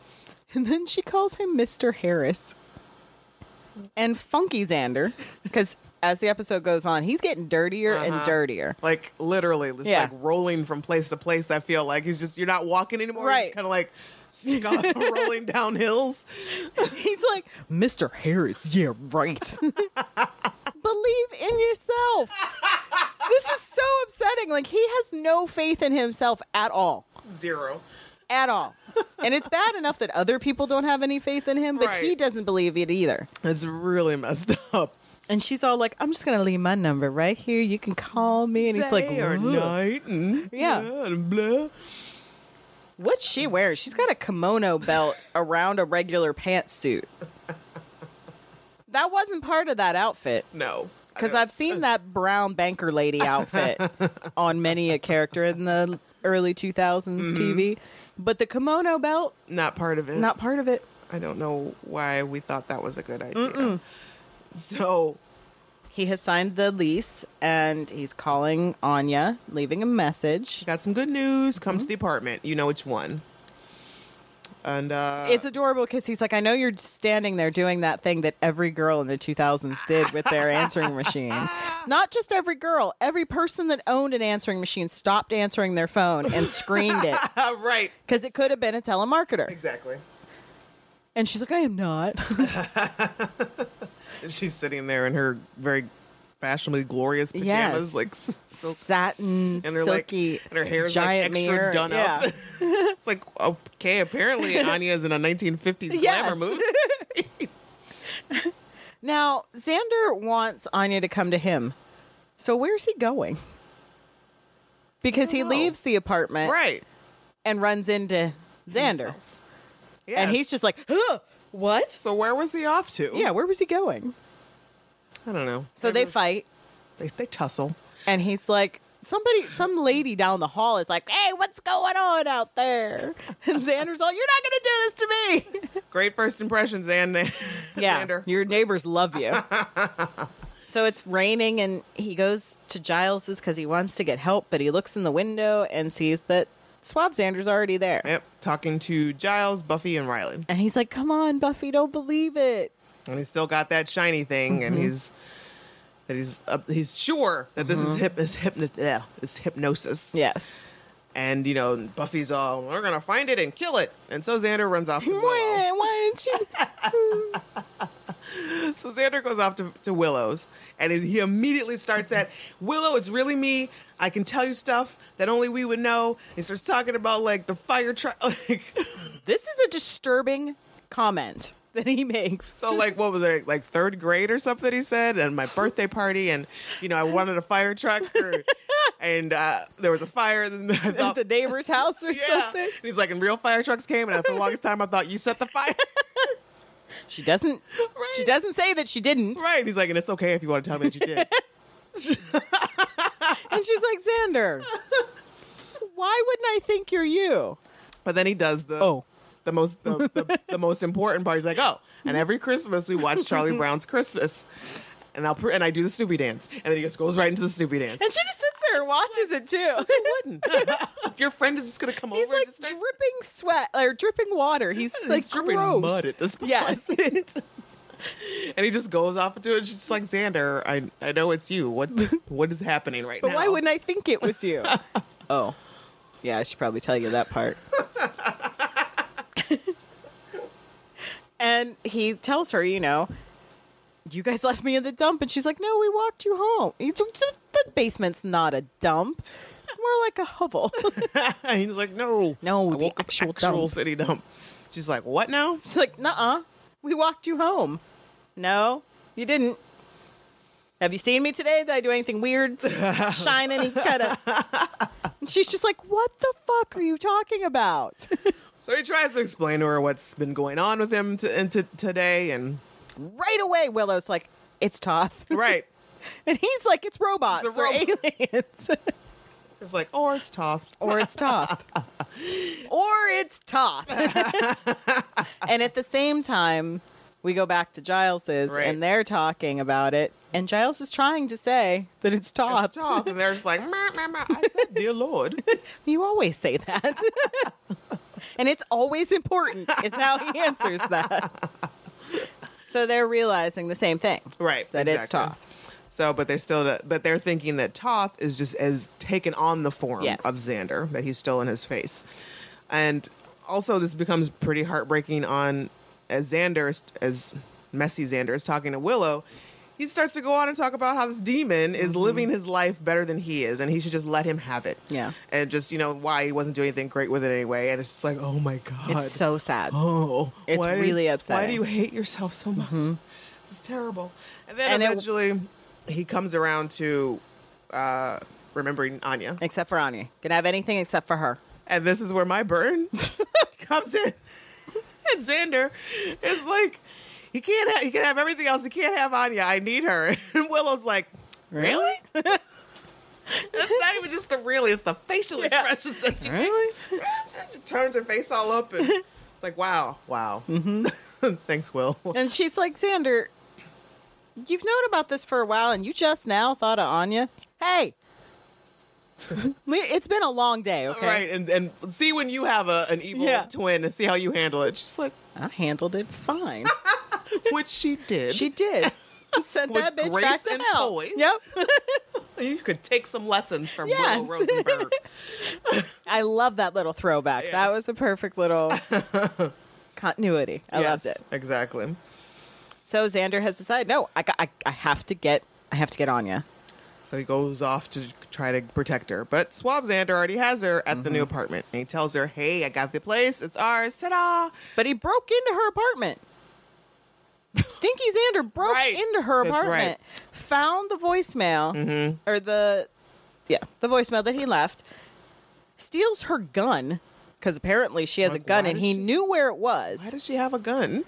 Speaker 2: And then she calls him Mr. Harris and Funky Xander because as the episode goes on, he's getting dirtier and dirtier. [LAUGHS]
Speaker 1: like literally just
Speaker 2: Yeah.
Speaker 1: like rolling from place to place. I feel like he's just you're not walking anymore. Right.
Speaker 2: Right.
Speaker 1: He's kind of like scu- [LAUGHS] rolling down hills.
Speaker 2: He's like, Mr. Harris, yeah, right. [LAUGHS] Believe in yourself. This is so upsetting. Like, he has no faith in himself at all.
Speaker 1: Zero.
Speaker 2: At all. And it's bad enough that other people don't have any faith in him, but he
Speaker 1: Right.
Speaker 2: doesn't believe it either.
Speaker 1: It's really messed up.
Speaker 2: And she's all like, I'm just going to leave my number right here. You can call me. And he's like,
Speaker 1: Day or
Speaker 2: "Ugh."
Speaker 1: night and
Speaker 2: Yeah.
Speaker 1: and blah.
Speaker 2: What's she wearing? She's got a kimono belt around a regular pantsuit. That wasn't part of that outfit.
Speaker 1: No, I
Speaker 2: Because
Speaker 1: don't-
Speaker 2: I've seen that brown banker lady outfit on many a character in the early 2000s TV. But the kimono belt,
Speaker 1: not part of it.
Speaker 2: not part of it.
Speaker 1: I don't know why we thought that was a good idea. So
Speaker 2: He has signed the lease and he's calling Anya, leaving a message.
Speaker 1: got some good news. Come
Speaker 2: Mm-hmm.
Speaker 1: to the apartment. You know which one. And uh,
Speaker 2: It's adorable because he's like, I know you're standing there doing that thing that every girl in the 2000s did with their
Speaker 1: [LAUGHS]
Speaker 2: answering machine. Not just every girl, every person that owned an answering machine stopped answering their phone and
Speaker 1: [LAUGHS]
Speaker 2: screened it
Speaker 1: right.
Speaker 2: because it could have been a telemarketer.
Speaker 1: Exactly.
Speaker 2: And she's like, I
Speaker 1: [LAUGHS]
Speaker 2: am not.
Speaker 1: She's sitting there in her very fashionably glorious pajamas,
Speaker 2: Yes.
Speaker 1: like s- silk,
Speaker 2: [LAUGHS] Satin,
Speaker 1: and they're
Speaker 2: silky,
Speaker 1: like, and her hair's
Speaker 2: giant
Speaker 1: like extra
Speaker 2: mirror.
Speaker 1: done
Speaker 2: yeah.
Speaker 1: up. [LAUGHS] it's like okay,
Speaker 2: [LAUGHS]
Speaker 1: apparently Anya is in a 1950s
Speaker 2: Yes.
Speaker 1: glamour movie.
Speaker 2: Now, Xander wants Anya to come to him. So where's he going? Because he
Speaker 1: know.
Speaker 2: leaves the apartment
Speaker 1: right?
Speaker 2: and runs into Xander.
Speaker 1: Himself.
Speaker 2: And
Speaker 1: Yes.
Speaker 2: he's just like, huh, what?
Speaker 1: so where was he off to?
Speaker 2: Yeah, where was he going?
Speaker 1: I don't know.
Speaker 2: So they fight,
Speaker 1: they, they tussle.
Speaker 2: and he's like, somebody, some lady down the hall is like, hey, what's going on out there? [LAUGHS] And Xander's all, you're not going to do [LAUGHS] this to
Speaker 1: Great first impressions, and [LAUGHS]
Speaker 2: me. yeah,
Speaker 1: Xander.
Speaker 2: your neighbors love [LAUGHS] you. so it's raining, and he goes to Giles's because he wants to get help, but he looks in the window and sees that Swab Xander's already there.
Speaker 1: Yep, talking to Giles, Buffy, and Riley,
Speaker 2: And he's like, come on, Buffy, don't believe it.
Speaker 1: and he's still got that shiny thing, and he's that he's uh, he's sure that this is hip is hypno yeah, is hypnosis.
Speaker 2: Yes.
Speaker 1: And you know, Buffy's all, "We're gonna find it and kill it." And so Xander runs off to Willow. [LAUGHS]
Speaker 2: Why, why didn't she?
Speaker 1: So Xander goes off to, to Willow's, and he- he immediately starts at Willow. It's really me. I can tell you stuff that only we would know. He starts talking about like the fire truck. [LAUGHS] Like,
Speaker 2: This is a disturbing comment that he makes.
Speaker 1: so like what was it like third grade or something? He said, and my birthday party, and you know I wanted a fire truck, or, and uh, there was a fire. And
Speaker 2: [LAUGHS]
Speaker 1: I
Speaker 2: At
Speaker 1: thought,
Speaker 2: the neighbor's house
Speaker 1: [LAUGHS]
Speaker 2: or
Speaker 1: yeah.
Speaker 2: something.
Speaker 1: And he's like, and real fire trucks came, and for the longest time I thought you set the fire. [LAUGHS]
Speaker 2: She doesn't. She
Speaker 1: Right.
Speaker 2: doesn't say that she didn't.
Speaker 1: Right. He's like, and it's okay if you want to tell me that you did.
Speaker 2: And she's like,
Speaker 1: [LAUGHS]
Speaker 2: Xander, why wouldn't I think you're you?
Speaker 1: But then he does the
Speaker 2: Oh.
Speaker 1: the most the, the, the most important part. He's like, oh, and every Christmas we watch
Speaker 2: [LAUGHS]
Speaker 1: Charlie Brown's Christmas, and I'll pr- and I do the Snoopy dance, and then he just goes right into the Snoopy dance.
Speaker 2: And she just sits there and watches
Speaker 1: [LAUGHS]
Speaker 2: it too.
Speaker 1: wouldn't. [LAUGHS] Your friend is just gonna come
Speaker 2: He's
Speaker 1: over and
Speaker 2: like
Speaker 1: just start
Speaker 2: dripping sweat or dripping water.
Speaker 1: [LAUGHS]
Speaker 2: He's
Speaker 1: he's
Speaker 2: like
Speaker 1: dripping
Speaker 2: gross.
Speaker 1: mud at
Speaker 2: [LAUGHS]
Speaker 1: this point. [LAUGHS]
Speaker 2: Yes.
Speaker 1: and he just goes off into it. She's just like, Xander, I I know it's you.
Speaker 2: [LAUGHS]
Speaker 1: What what is happening right
Speaker 2: But
Speaker 1: now?
Speaker 2: why wouldn't I think it
Speaker 1: [LAUGHS]
Speaker 2: was you? oh. Yeah, I should probably tell you that [LAUGHS] part. and he tells her, you know, like, "You guys left me in the dump," and she's like, "No, we walked you home." It's, the basement's not a dump; it's more like a hovel.
Speaker 1: And [LAUGHS] he's like, no,
Speaker 2: No,
Speaker 1: I
Speaker 2: the
Speaker 1: woke up
Speaker 2: actual
Speaker 1: actual
Speaker 2: dump.
Speaker 1: city dump. She's like, what now?
Speaker 2: It's like, "Nuh-uh, we walked you home." No, you didn't. Have you seen me today? Did I do
Speaker 1: [LAUGHS]
Speaker 2: anything weird? Shine any cut up? And she's just like, "What the fuck are you talking about?"
Speaker 1: So he tries to explain to her what's been going on with him to, and to, today, and [LAUGHS]
Speaker 2: right away, Willow's like, "It's Toth,"
Speaker 1: right,
Speaker 2: [LAUGHS] and he's like, "It's robots
Speaker 1: It's a
Speaker 2: or
Speaker 1: robot."
Speaker 2: aliens."
Speaker 1: she's like, [LAUGHS] or it's Toth.
Speaker 2: or it's Toth. [LAUGHS] or it's
Speaker 1: [LAUGHS]
Speaker 2: Toth. and at the same time, we go back to Giles's
Speaker 1: Right.
Speaker 2: and they're talking about it. And Giles is trying to say that it's Toth.
Speaker 1: It's Toth, and they're just like, "Meh, meh, meh." I said, dear Lord,
Speaker 2: You always say that. [LAUGHS] and it's always important, is how he answers that. So they're realizing the same thing.
Speaker 1: right,
Speaker 2: That it's Toth.
Speaker 1: So, but they're still, but they're thinking that Toth is just as taken on the form
Speaker 2: Yes.
Speaker 1: of Xander, that he's still in his face, and also this becomes pretty heartbreaking on as Xander is- as messy Xander is talking to Willow. He starts to go on and talk about how this demon
Speaker 2: Mm-hmm.
Speaker 1: is living his life better than he is, and he should just let him have it.
Speaker 2: Yeah.
Speaker 1: and just you know why he wasn't doing anything great with it anyway. And it's just like, oh my god,
Speaker 2: It's
Speaker 1: [GASPS]
Speaker 2: so sad.
Speaker 1: oh,
Speaker 2: It's
Speaker 1: why do-
Speaker 2: really
Speaker 1: Why do
Speaker 2: upsetting. Mm-hmm.
Speaker 1: you hate yourself so much? This is terrible. And then
Speaker 2: And it-
Speaker 1: eventually, he comes around to uh, remembering Anya,
Speaker 2: Except for Anya. Can have anything except for her.
Speaker 1: and this is where my
Speaker 2: [LAUGHS]
Speaker 1: burn comes in. And Xander is like, he can't. Ha- he can have everything else. He can't have Anya. I need her. [LAUGHS] And Willow's like, really? That's not even just the really. It's the facial expressions that she [LAUGHS]
Speaker 2: Really?
Speaker 1: she turns her face all up
Speaker 2: [LAUGHS]
Speaker 1: and it's like, wow, wow.
Speaker 2: Mm-hmm.
Speaker 1: [LAUGHS] Thanks, Will.
Speaker 2: [LAUGHS] And she's like, Xander, you've known about this for a while and you just now thought of Anya?
Speaker 1: [LAUGHS]
Speaker 2: Hey! Le- it's been a long day, okay?
Speaker 1: Right, and and see when you have a, an evil
Speaker 2: Yeah.
Speaker 1: twin and see how you handle it. She's like, [LAUGHS]
Speaker 2: I handled it fine.
Speaker 1: which she did. [LAUGHS]
Speaker 2: she did. And Sent
Speaker 1: With
Speaker 2: that bitch
Speaker 1: grace
Speaker 2: back to
Speaker 1: and
Speaker 2: hell.
Speaker 1: poise.
Speaker 2: Yep.
Speaker 1: you could take some lessons from
Speaker 2: Yes. [LAUGHS]
Speaker 1: Willow Rosenberg.
Speaker 2: I love that little throwback. That
Speaker 1: Yes.
Speaker 2: was a perfect little
Speaker 1: [LAUGHS]
Speaker 2: continuity. I
Speaker 1: yes,
Speaker 2: loved it.
Speaker 1: exactly.
Speaker 2: So Xander has decided, no, I, got, I, I have to get, I have to get Anya.
Speaker 1: So he goes off to try to protect her, but Suave Xander already has her at the new
Speaker 2: Mm-hmm.
Speaker 1: apartment, and he tells her, "Hey, I got the place. It's ours. Ta-da!"
Speaker 2: But he broke into her apartment. Stinky Xander broke
Speaker 1: Right. Mm-hmm.
Speaker 2: into her
Speaker 1: That's
Speaker 2: apartment, found the voicemail or the yeah the voicemail that he left, steals her gun because apparently she has
Speaker 1: Like,
Speaker 2: a gun
Speaker 1: why
Speaker 2: and
Speaker 1: does
Speaker 2: he
Speaker 1: she-
Speaker 2: knew where it
Speaker 1: Why
Speaker 2: was.
Speaker 1: does she have a gun?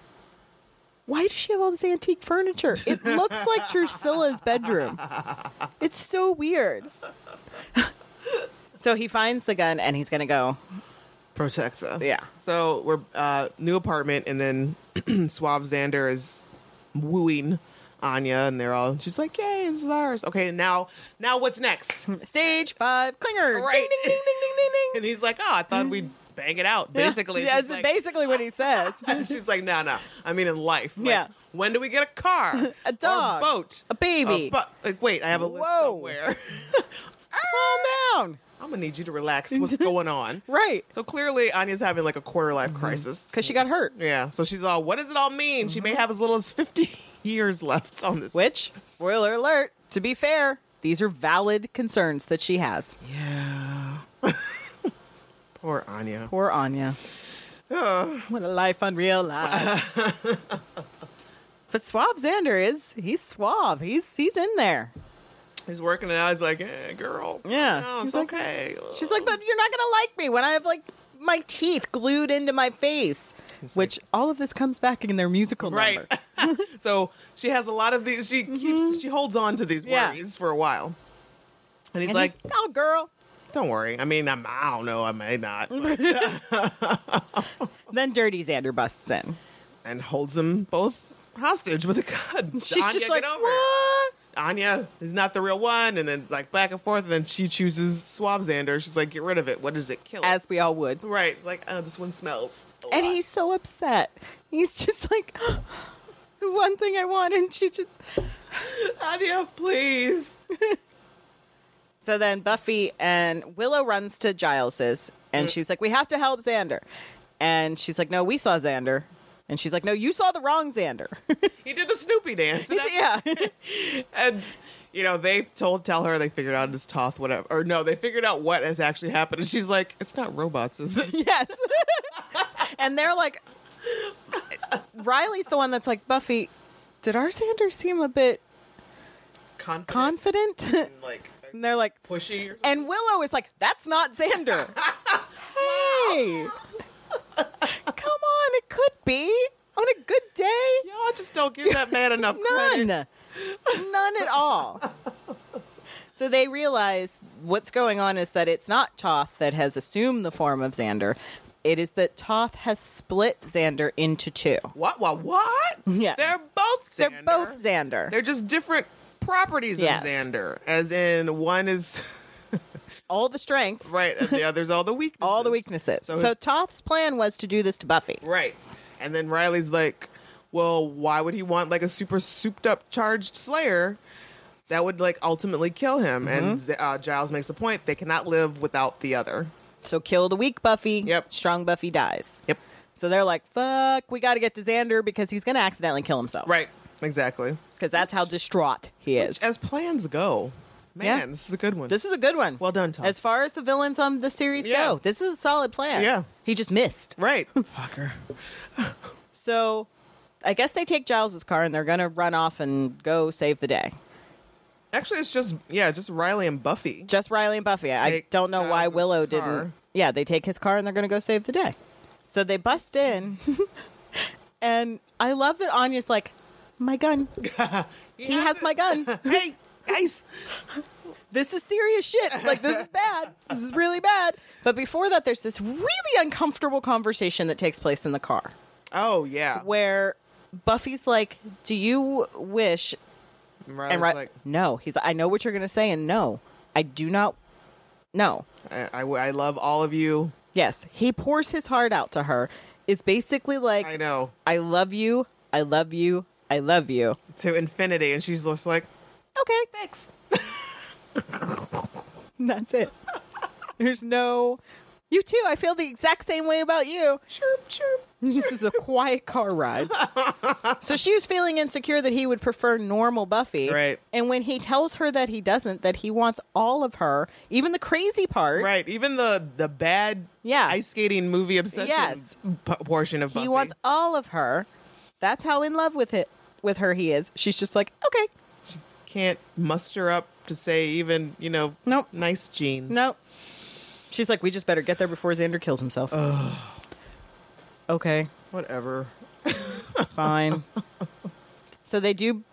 Speaker 2: why does she have all this antique furniture? It
Speaker 1: [LAUGHS]
Speaker 2: looks like Drusilla's bedroom. It's so weird. so he finds the gun and he's gonna go.
Speaker 1: protects her.
Speaker 2: Yeah.
Speaker 1: So we're uh, new apartment, and then [CLEARS THROAT] Suave Xander is wooing Anya, and they're all. She's like, "Yay, this is ours." Okay, now, now what's
Speaker 2: [LAUGHS]
Speaker 1: next?
Speaker 2: Stage five, clinger.
Speaker 1: Right.
Speaker 2: Ding, ding, ding, ding, ding, ding, ding.
Speaker 1: and he's like, "Oh, I thought we'd bang it out."
Speaker 2: [LAUGHS] Yeah.
Speaker 1: Basically,
Speaker 2: Yeah,
Speaker 1: she's
Speaker 2: that's
Speaker 1: like,
Speaker 2: basically what he says.
Speaker 1: [LAUGHS] she's like, "No, no, I mean in life. Like,
Speaker 2: Yeah.
Speaker 1: When do we get a car?
Speaker 2: [LAUGHS] A dog.
Speaker 1: A boat.
Speaker 2: A baby.
Speaker 1: bu- like, wait, I have a list
Speaker 2: Whoa.
Speaker 1: somewhere. [LAUGHS]
Speaker 2: Calm down.
Speaker 1: I'm gonna need you to
Speaker 2: [LAUGHS]
Speaker 1: relax. What's going on?
Speaker 2: Right.
Speaker 1: So clearly, Anya's having like a quarter life
Speaker 2: Mm-hmm.
Speaker 1: crisis.
Speaker 2: Because she got hurt.
Speaker 1: Yeah. So she's all, what does it all mean? She
Speaker 2: Mm-hmm.
Speaker 1: may have as little as 50 [LAUGHS] years left on this.
Speaker 2: Which, spoiler alert, to be fair, these are valid concerns that she has.
Speaker 1: Yeah. [LAUGHS] Poor Anya.
Speaker 2: Poor
Speaker 1: [SIGHS]
Speaker 2: Anya. What a life unreal life.
Speaker 1: [LAUGHS]
Speaker 2: but Suave Xander is, he's suave. He's he's in there.
Speaker 1: He's working it out. He's like, eh, girl. calm
Speaker 2: Yeah.
Speaker 1: down.
Speaker 2: He's
Speaker 1: it's
Speaker 2: like-
Speaker 1: okay.
Speaker 2: She's like, but you're not going to like me when I have like my teeth glued into my face. Which all of this comes back in their
Speaker 1: [LAUGHS]
Speaker 2: musical
Speaker 1: right.
Speaker 2: number.
Speaker 1: so she has a lot of these. She keeps, she holds on to these
Speaker 2: Mm-hmm. Yeah.
Speaker 1: worries for a while. And [LAUGHS] he's
Speaker 2: And
Speaker 1: like,
Speaker 2: he's, oh, girl.
Speaker 1: don't worry. I mean, I'm, I don't know. I may not.
Speaker 2: [LAUGHS]
Speaker 1: but-
Speaker 2: Then Dirty Xander busts in.
Speaker 1: and holds them both hostage with a gun.
Speaker 2: She's
Speaker 1: Anya,
Speaker 2: just like,
Speaker 1: get over it.
Speaker 2: what?
Speaker 1: Anya is not the real one, and then like back and forth, and then she chooses Swab Xander. She's like, get rid of it. What does it kill? it?"
Speaker 2: As we all would.
Speaker 1: right. It's like, oh, this one smells. a
Speaker 2: And
Speaker 1: lot."
Speaker 2: he's so upset. He's just like, [GASPS] the one thing I want, and she just.
Speaker 1: Anya, please.
Speaker 2: So then Buffy and Willow runs
Speaker 1: Mm.
Speaker 2: to Giles's, and she's like, "We have to help Xander," and she's like, "No, we saw Xander." And she's like, "No, you saw the wrong Xander." [LAUGHS]
Speaker 1: He did the Snoopy dance. And, I-
Speaker 2: yeah. [LAUGHS]
Speaker 1: and, you know, they told tell her they figured out his Toth whatever or no, they figured out what has actually happened. And she's like, It's not robots, is it?
Speaker 2: Yes. and they're like, Riley's the one that's like, Buffy, did our Xander seem a bit
Speaker 1: Confident,
Speaker 2: [LAUGHS] confident? [LAUGHS]
Speaker 1: and, like
Speaker 2: and they're like,
Speaker 1: pushy or something.
Speaker 2: and Willow is like, that's not
Speaker 1: [LAUGHS]
Speaker 2: Xander. hey. Come on, it could be. On a good day?
Speaker 1: Y'all just don't give that man enough
Speaker 2: [LAUGHS] None.
Speaker 1: credit.
Speaker 2: None at all. So they realize what's going on is that it's not Toth that has assumed the form of Xander. It is that Toth has split Xander into two.
Speaker 1: What? What? What?
Speaker 2: Yes.
Speaker 1: They're both Xander.
Speaker 2: They're both Xander.
Speaker 1: They're just different properties
Speaker 2: Yes.
Speaker 1: of Xander. As in, one is [LAUGHS]
Speaker 2: all the strengths,
Speaker 1: right, and the other's all the weaknesses.
Speaker 2: all the weaknesses. So,
Speaker 1: So, his-
Speaker 2: Toth's plan was to do this to Buffy.
Speaker 1: right, and then Riley's like, "Well, why would he want like a super souped up charged Slayer?" That would like ultimately kill him, and
Speaker 2: Mm-hmm.
Speaker 1: Z- uh, Giles makes the point they cannot live without the other.
Speaker 2: So kill the weak Buffy.
Speaker 1: Yep.
Speaker 2: Strong Buffy dies.
Speaker 1: Yep,
Speaker 2: So they're like, fuck, we got to get to Xander because he's going to accidentally kill himself.
Speaker 1: right, exactly.
Speaker 2: Because that's how distraught he is.
Speaker 1: As plans go, man,
Speaker 2: Yeah.
Speaker 1: this is a good one.
Speaker 2: This is a good one.
Speaker 1: Well done, Tom.
Speaker 2: As far as the villains on the series
Speaker 1: Yeah.
Speaker 2: go, this is a solid plan.
Speaker 1: Yeah.
Speaker 2: He just missed.
Speaker 1: right, fucker.
Speaker 2: So I guess they take Giles's car and they're going to run off and go save the day.
Speaker 1: Actually, it's just yeah, just Riley and Buffy.
Speaker 2: Just Riley and Buffy. I
Speaker 1: Take
Speaker 2: don't know why
Speaker 1: Giles's car.
Speaker 2: Willow didn't. Yeah, they take his car and they're going to go save the day. So they bust in. [LAUGHS] and I love that Anya's like,
Speaker 1: [LAUGHS]
Speaker 2: my gun. He has my gun.
Speaker 1: hey guys.
Speaker 2: this is serious shit. Like this is bad. This is really bad. But before that, there's this really uncomfortable conversation that takes place in the car
Speaker 1: [LAUGHS] Oh yeah,
Speaker 2: where Buffy's like, "Do you wish?"
Speaker 1: and Riley's
Speaker 2: And right,
Speaker 1: like,
Speaker 2: no. He's like, "I know what you're gonna say," and no, I do not. No.
Speaker 1: I, I, I love all of you.
Speaker 2: Yes, he pours his heart out to her. Is basically like,
Speaker 1: I know
Speaker 2: I love you. I love you. I love you."
Speaker 1: to infinity, and she's just like,
Speaker 2: Okay, thanks. [LAUGHS] That's it. There's no. You too. I feel the exact same way about you.
Speaker 1: chirp chirp.
Speaker 2: This is a quiet car ride. so she was feeling insecure that he would prefer normal Buffy.
Speaker 1: Right.
Speaker 2: And when he tells her that he doesn't, that he wants all of her, even the crazy part,
Speaker 1: Right, even the the bad
Speaker 2: Yeah.
Speaker 1: ice skating movie obsession
Speaker 2: Yes.
Speaker 1: p- portion of Buffy.
Speaker 2: he wants all of her. That's how in love with it with her he is. She's just like, okay,
Speaker 1: can't muster up to say even you know
Speaker 2: Nope.
Speaker 1: nice jeans.
Speaker 2: No. She's like, we just better get there before Xander kills himself. Okay,
Speaker 1: whatever.
Speaker 2: fine. [LAUGHS] so they do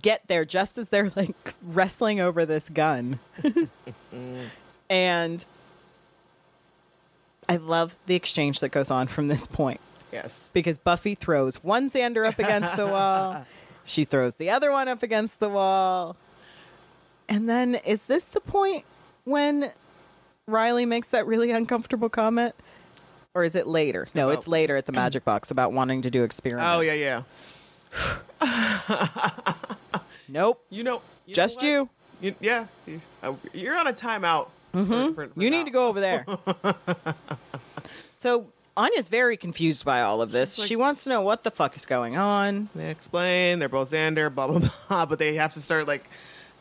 Speaker 2: get there just as they're like wrestling over this gun. [LAUGHS] and I love the exchange that goes on from this point
Speaker 1: Yes,
Speaker 2: because Buffy throws one Xander up against
Speaker 1: [LAUGHS]
Speaker 2: the wall. She throws the other one up against the wall. And then is this the point when Riley makes that really uncomfortable comment? Or is it later? No, it's
Speaker 1: About-
Speaker 2: later at the magic box about wanting to do experiments.
Speaker 1: Oh yeah, yeah.
Speaker 2: Nope.
Speaker 1: You know, you know
Speaker 2: Just
Speaker 1: what?
Speaker 2: you. Mm-hmm.
Speaker 1: You- Yeah, You- uh, you're on a timeout. for- for- for
Speaker 2: You need
Speaker 1: now.
Speaker 2: to go
Speaker 1: [LAUGHS]
Speaker 2: over there. so Anya's very confused by all of this.
Speaker 1: She's like-
Speaker 2: she wants to know what the fuck is
Speaker 1: [LAUGHS]
Speaker 2: going on.
Speaker 1: They explain they're both Xander, blah blah [LAUGHS] blah, but they have to start like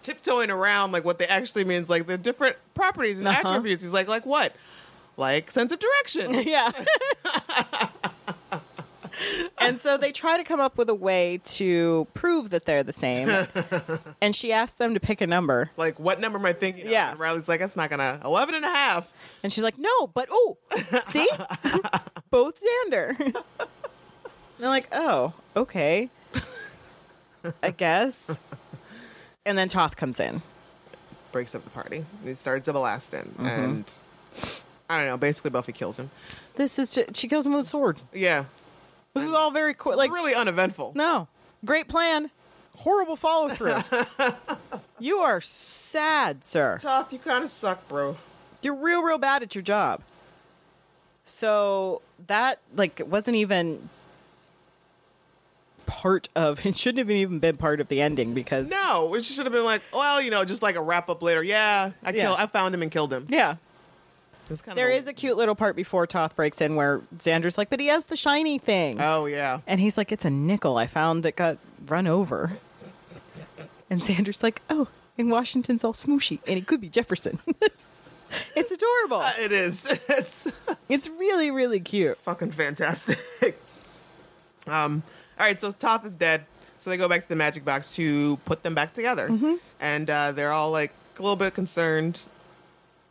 Speaker 1: tiptoeing around like what they actually means, like the different properties
Speaker 2: Uh-huh.
Speaker 1: and attributes. He's like, like what? Like sense of
Speaker 2: [LAUGHS]
Speaker 1: direction.
Speaker 2: Yeah. and so they try to come up with a way to prove that they're
Speaker 1: [LAUGHS]
Speaker 2: the same. and she asks them to pick a number.
Speaker 1: like what number am I thinking? of?
Speaker 2: Yeah.
Speaker 1: And Riley's like, that's not gonna 11 and a half.
Speaker 2: And she's like, no, but oh,
Speaker 1: [LAUGHS]
Speaker 2: see? Both Xander. and [LAUGHS] they're like, oh, okay.
Speaker 1: [LAUGHS]
Speaker 2: I guess. And then Toth comes in.
Speaker 1: Breaks up the party. He starts a blasting,
Speaker 2: Mm-hmm.
Speaker 1: and I don't know. Basically, Buffy kills him.
Speaker 2: This is just, she kills him with a sword.
Speaker 1: Yeah,
Speaker 2: This is all very quick. Like,
Speaker 1: really uneventful.
Speaker 2: no, great plan, horrible
Speaker 1: [LAUGHS]
Speaker 2: follow through. you are sad, sir.
Speaker 1: Toth, you kind of suck, bro.
Speaker 2: you're real real bad at your job so that like it wasn't even part of [LAUGHS] it shouldn't have even been part of the ending because
Speaker 1: No, it should have been like, well, you know, just like a wrap up later. Yeah, I
Speaker 2: Yeah.
Speaker 1: kill. I found him and killed him.
Speaker 2: yeah
Speaker 1: That's kind
Speaker 2: There
Speaker 1: of
Speaker 2: is a cute little part before Toth breaks in where Xander's like, but he has the shiny thing.
Speaker 1: Oh yeah.
Speaker 2: And he's like, it's a nickel I found that got run over. And Xander's like, oh, and Washington's all smooshy, and it could be Jefferson. [LAUGHS] it's adorable.
Speaker 1: [LAUGHS] It is. It's
Speaker 2: It's really, really cute.
Speaker 1: fucking fantastic. [LAUGHS] Um, all right, so Toth is dead. So they go back to the magic box to put them back together,
Speaker 2: Mm-hmm.
Speaker 1: and uh, they're all like a little bit concerned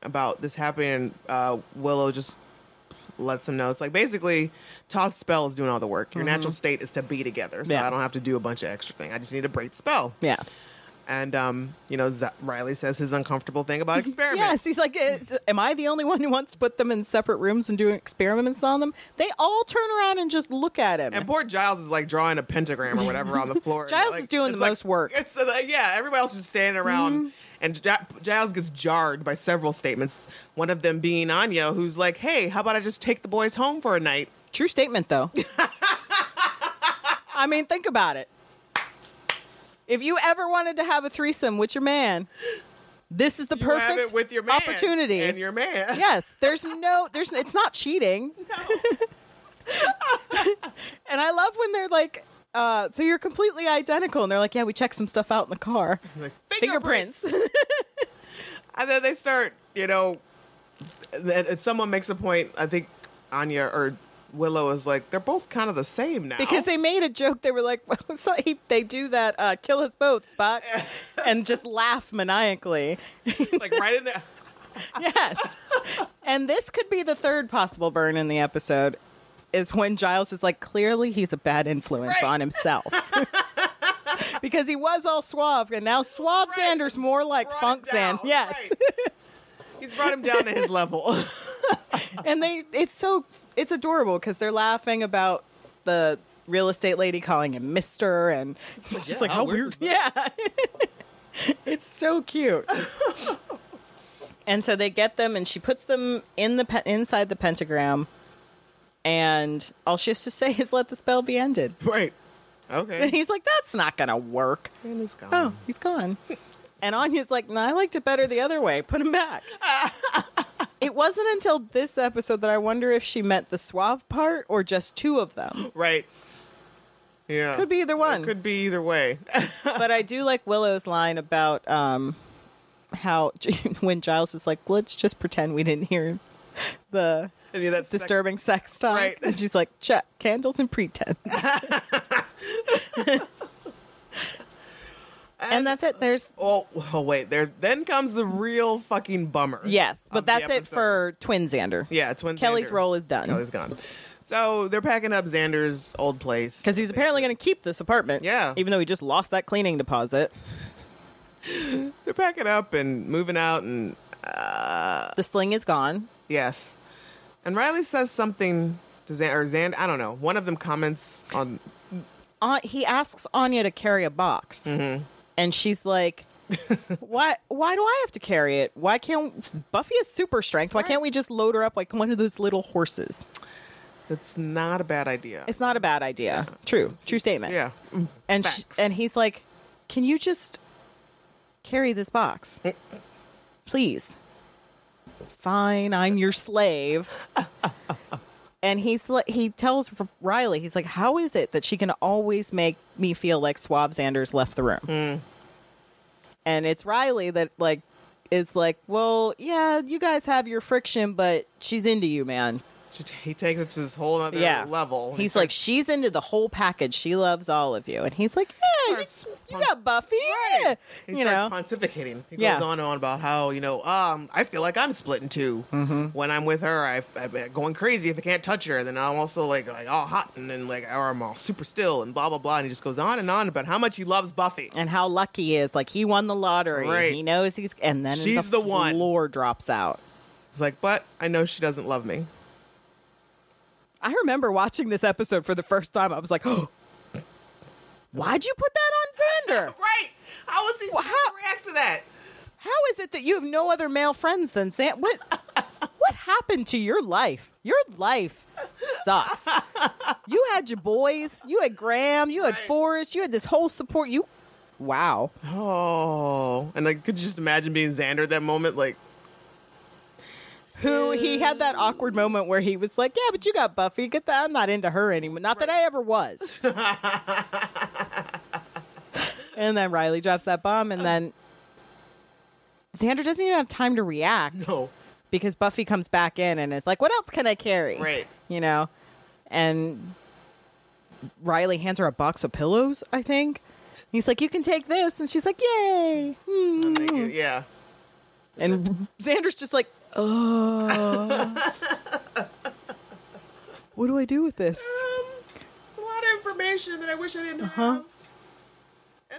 Speaker 1: about this happening. And uh, Willow just lets them know it's like basically Toth's spell is doing all the work. Your natural state is to be together, so
Speaker 2: Mm-hmm. Yeah.
Speaker 1: I don't have to do a bunch of extra thing. I just need a break the spell.
Speaker 2: Yeah.
Speaker 1: And um, you know, Z- Riley says his uncomfortable thing about experiments.
Speaker 2: [LAUGHS] Yes, he's like, "Is- am I the only one who wants to put them in separate rooms and do experiments on them? They all turn around and just look at him.
Speaker 1: And poor Giles is like drawing a pentagram or whatever
Speaker 2: [LAUGHS]
Speaker 1: on the floor.
Speaker 2: Giles
Speaker 1: Like,
Speaker 2: is doing
Speaker 1: it's
Speaker 2: the
Speaker 1: like-
Speaker 2: most work. Mm-hmm.
Speaker 1: It's uh, like, yeah, everybody else is just standing around. And Gi- Giles gets jarred by several statements. One of them being Anya, who's like, hey, how about I just take the boys home for a night?
Speaker 2: True
Speaker 1: [LAUGHS]
Speaker 2: statement, though. I mean, think about it. If you ever wanted to have a threesome with your man, this is the
Speaker 1: You
Speaker 2: perfect
Speaker 1: have it with your man
Speaker 2: opportunity.
Speaker 1: And [LAUGHS] your man.
Speaker 2: yes, there's no, there's, it's not cheating. [LAUGHS] and I love when they're like, uh, so you're completely identical, and they're like, yeah, we checked some stuff out in the car.
Speaker 1: Like,
Speaker 2: Fingerprints.
Speaker 1: [LAUGHS] And then they start, you know, and and someone makes a point. I think Anya or Willow is like, they're both kind of the same now.
Speaker 2: because they made a joke. They were like, [LAUGHS] well, so he, they do that, uh, kill us both,
Speaker 1: [LAUGHS]
Speaker 2: Spock, and just laugh maniacally.
Speaker 1: [LAUGHS] like right in there.
Speaker 2: Yes. and this could be the third possible burn in the episode is when Giles is like, clearly he's a bad influence
Speaker 1: Right.
Speaker 2: on himself. [LAUGHS] because he was all suave, and now suave
Speaker 1: Right.
Speaker 2: Xander's more like
Speaker 1: brought
Speaker 2: funk
Speaker 1: him down.
Speaker 2: Xander. Yes.
Speaker 1: Right. He's brought him down to
Speaker 2: [LAUGHS]
Speaker 1: his level. [LAUGHS]
Speaker 2: and they, it's so, it's adorable because they're laughing about the real estate lady calling him Mister, and it's
Speaker 1: yeah,
Speaker 2: just like,
Speaker 1: how
Speaker 2: how
Speaker 1: weird
Speaker 2: weird. Yeah. [LAUGHS] it's
Speaker 1: [LAUGHS]
Speaker 2: so cute. and so they get them, and she puts them in the pe- inside the pentagram. And all she has to [LAUGHS] say is, "Let the spell be ended."
Speaker 1: right.
Speaker 2: And
Speaker 1: Okay.
Speaker 2: he's like, "That's not gonna work."
Speaker 1: And he's gone.
Speaker 2: Oh, he's gone. And Anya's like, "No, I liked it better the other way. Put
Speaker 1: [LAUGHS]
Speaker 2: him back." it wasn't until this episode that I wonder if she meant the suave part or just two of them.
Speaker 1: Right. Yeah.
Speaker 2: Could be either one.
Speaker 1: Could be either way. [LAUGHS]
Speaker 2: but I do like Willow's line about um, how [LAUGHS] when Giles is like, let's just pretend we didn't hear the
Speaker 1: I mean, that's sex-
Speaker 2: disturbing sex, talk.
Speaker 1: Right.
Speaker 2: And she's like, check, candles and
Speaker 1: [LAUGHS]
Speaker 2: pretense. and that's it. There's,
Speaker 1: Oh, oh, wait. There. Then comes the real fucking bummer.
Speaker 2: yes,
Speaker 1: of
Speaker 2: but
Speaker 1: the
Speaker 2: that's it
Speaker 1: episode.
Speaker 2: for Twin Xander.
Speaker 1: Yeah, twin.
Speaker 2: Kelly's
Speaker 1: Xander.
Speaker 2: role is done.
Speaker 1: Kelly's gone. So they're packing up Xander's old place
Speaker 2: Because he's apparently going to keep this apartment.
Speaker 1: Yeah.
Speaker 2: Even though he just lost that cleaning deposit.
Speaker 1: they're packing up and moving out, and
Speaker 2: The sling is gone.
Speaker 1: yes, and Riley says something to Xander. Or Xander, I don't know. One of them comments on
Speaker 2: uh, he asks Anya to carry a box,
Speaker 1: Mm-hmm.
Speaker 2: and she's like, "Why? Why do I have to carry it? Why can't Buffy has super strength? Why can't we just load her up like one of those little horses?"
Speaker 1: that's not a bad idea.
Speaker 2: It's not a bad idea. True, true statement.
Speaker 1: yeah. Mm.
Speaker 2: and sh-
Speaker 1: facts.
Speaker 2: and he's like, "Can you just carry this box, please?" Fine, I'm your slave. And he's like, he tells R- Riley, he's like, "How is it that she can always make me feel like Swab Sanders left the room?" And it's Riley that like is like, "Well, yeah, you guys have your friction, but she's into you, man."
Speaker 1: She t- he takes it to this whole other level. He
Speaker 2: He's
Speaker 1: starts-
Speaker 2: like, she's into the whole package. She loves all of you. And he's like, yeah, you,
Speaker 1: starts
Speaker 2: you
Speaker 1: pon-
Speaker 2: got Buffy. yeah."
Speaker 1: He
Speaker 2: you know,
Speaker 1: starts pontificating. He
Speaker 2: Yeah.
Speaker 1: goes on and on about how you know, um, I feel like I'm split in 2
Speaker 2: Mm-hmm.
Speaker 1: When I'm with her, I, I'm going crazy if I can't touch her. Then I'm also like, like all hot and then like, or I'm all super still and blah blah blah. And he just goes on and on about how much he loves Buffy.
Speaker 2: and how lucky he is. Like, he won the lottery.
Speaker 1: Right.
Speaker 2: He knows he's, and then
Speaker 1: She's the one.
Speaker 2: floor drops out.
Speaker 1: He's like, but I know she doesn't love me.
Speaker 2: I remember watching this episode for the first time. I was like, [GASPS] oh, why'd you put
Speaker 1: [LAUGHS]
Speaker 2: that on Xander?
Speaker 1: Right? How is he
Speaker 2: Well,
Speaker 1: supposed
Speaker 2: how-
Speaker 1: to react to that?
Speaker 2: How is it that you have no other male friends than Xander? What, what happened to your life? Your life sucks. You had your boys, you had Graham, you had
Speaker 1: Right.
Speaker 2: Forrest, you had this whole support. You, wow.
Speaker 1: Oh, and like, could you just imagine being Xander at that moment? Like, This
Speaker 2: who
Speaker 1: is-
Speaker 2: he had that awkward moment where he was like, "Yeah, but you got Buffy. Get that. I'm not into her anymore. Not that I ever was." and then Riley drops that bomb, and then Xander doesn't even have time to react
Speaker 1: No.
Speaker 2: because Buffy comes back in and is like, "What else can I carry?"
Speaker 1: Right.
Speaker 2: You know, and Riley hands her a box of pillows. I think he's like, "You can take this," and she's like, "Yay!"
Speaker 1: Like,
Speaker 2: Mm.
Speaker 1: Yeah.
Speaker 2: And [LAUGHS] Xander's just like, oh. what do I do with this?
Speaker 1: Um, it's a lot of information that I wish I didn't
Speaker 2: Uh-huh.
Speaker 1: have.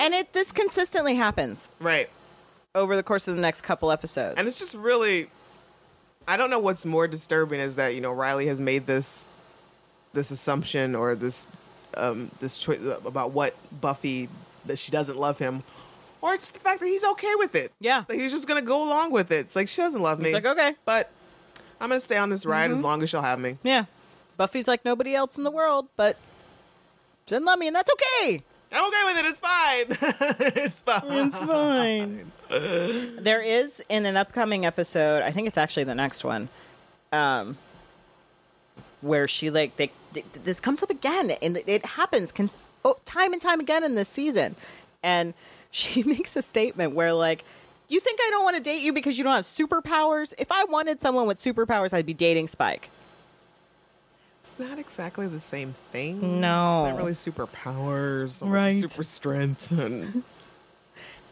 Speaker 2: And it this consistently happens
Speaker 1: Right.
Speaker 2: over the course of the next couple episodes.
Speaker 1: And it's just really I don't know what's more disturbing is that, you know, Riley has made this this assumption or this um this choice about what Buffy that she doesn't love him or it's the fact that he's okay with it.
Speaker 2: Yeah.
Speaker 1: Like he's just going to go along with it. It's like she doesn't love me.
Speaker 2: He's like, okay. Mm-hmm.
Speaker 1: But I'm going to stay on this ride as long as she'll have me.
Speaker 2: yeah. Buffy's like nobody else in the world, but she doesn't love me, and that's okay.
Speaker 1: I'm okay with it. It's fine. [LAUGHS] it's fine.
Speaker 2: It's fine. there is in an upcoming episode, I think it's actually the next one, um, where she like they, th- this comes up again and it- it happens cons- oh, time and time again in this season, and [LAUGHS] she makes a statement where like. You think I don't want to date you because you don't have superpowers? If I wanted someone with superpowers, I'd be dating Spike.
Speaker 1: It's not exactly the same thing.
Speaker 2: No.
Speaker 1: It's not really superpowers or
Speaker 2: Right.
Speaker 1: super strength. And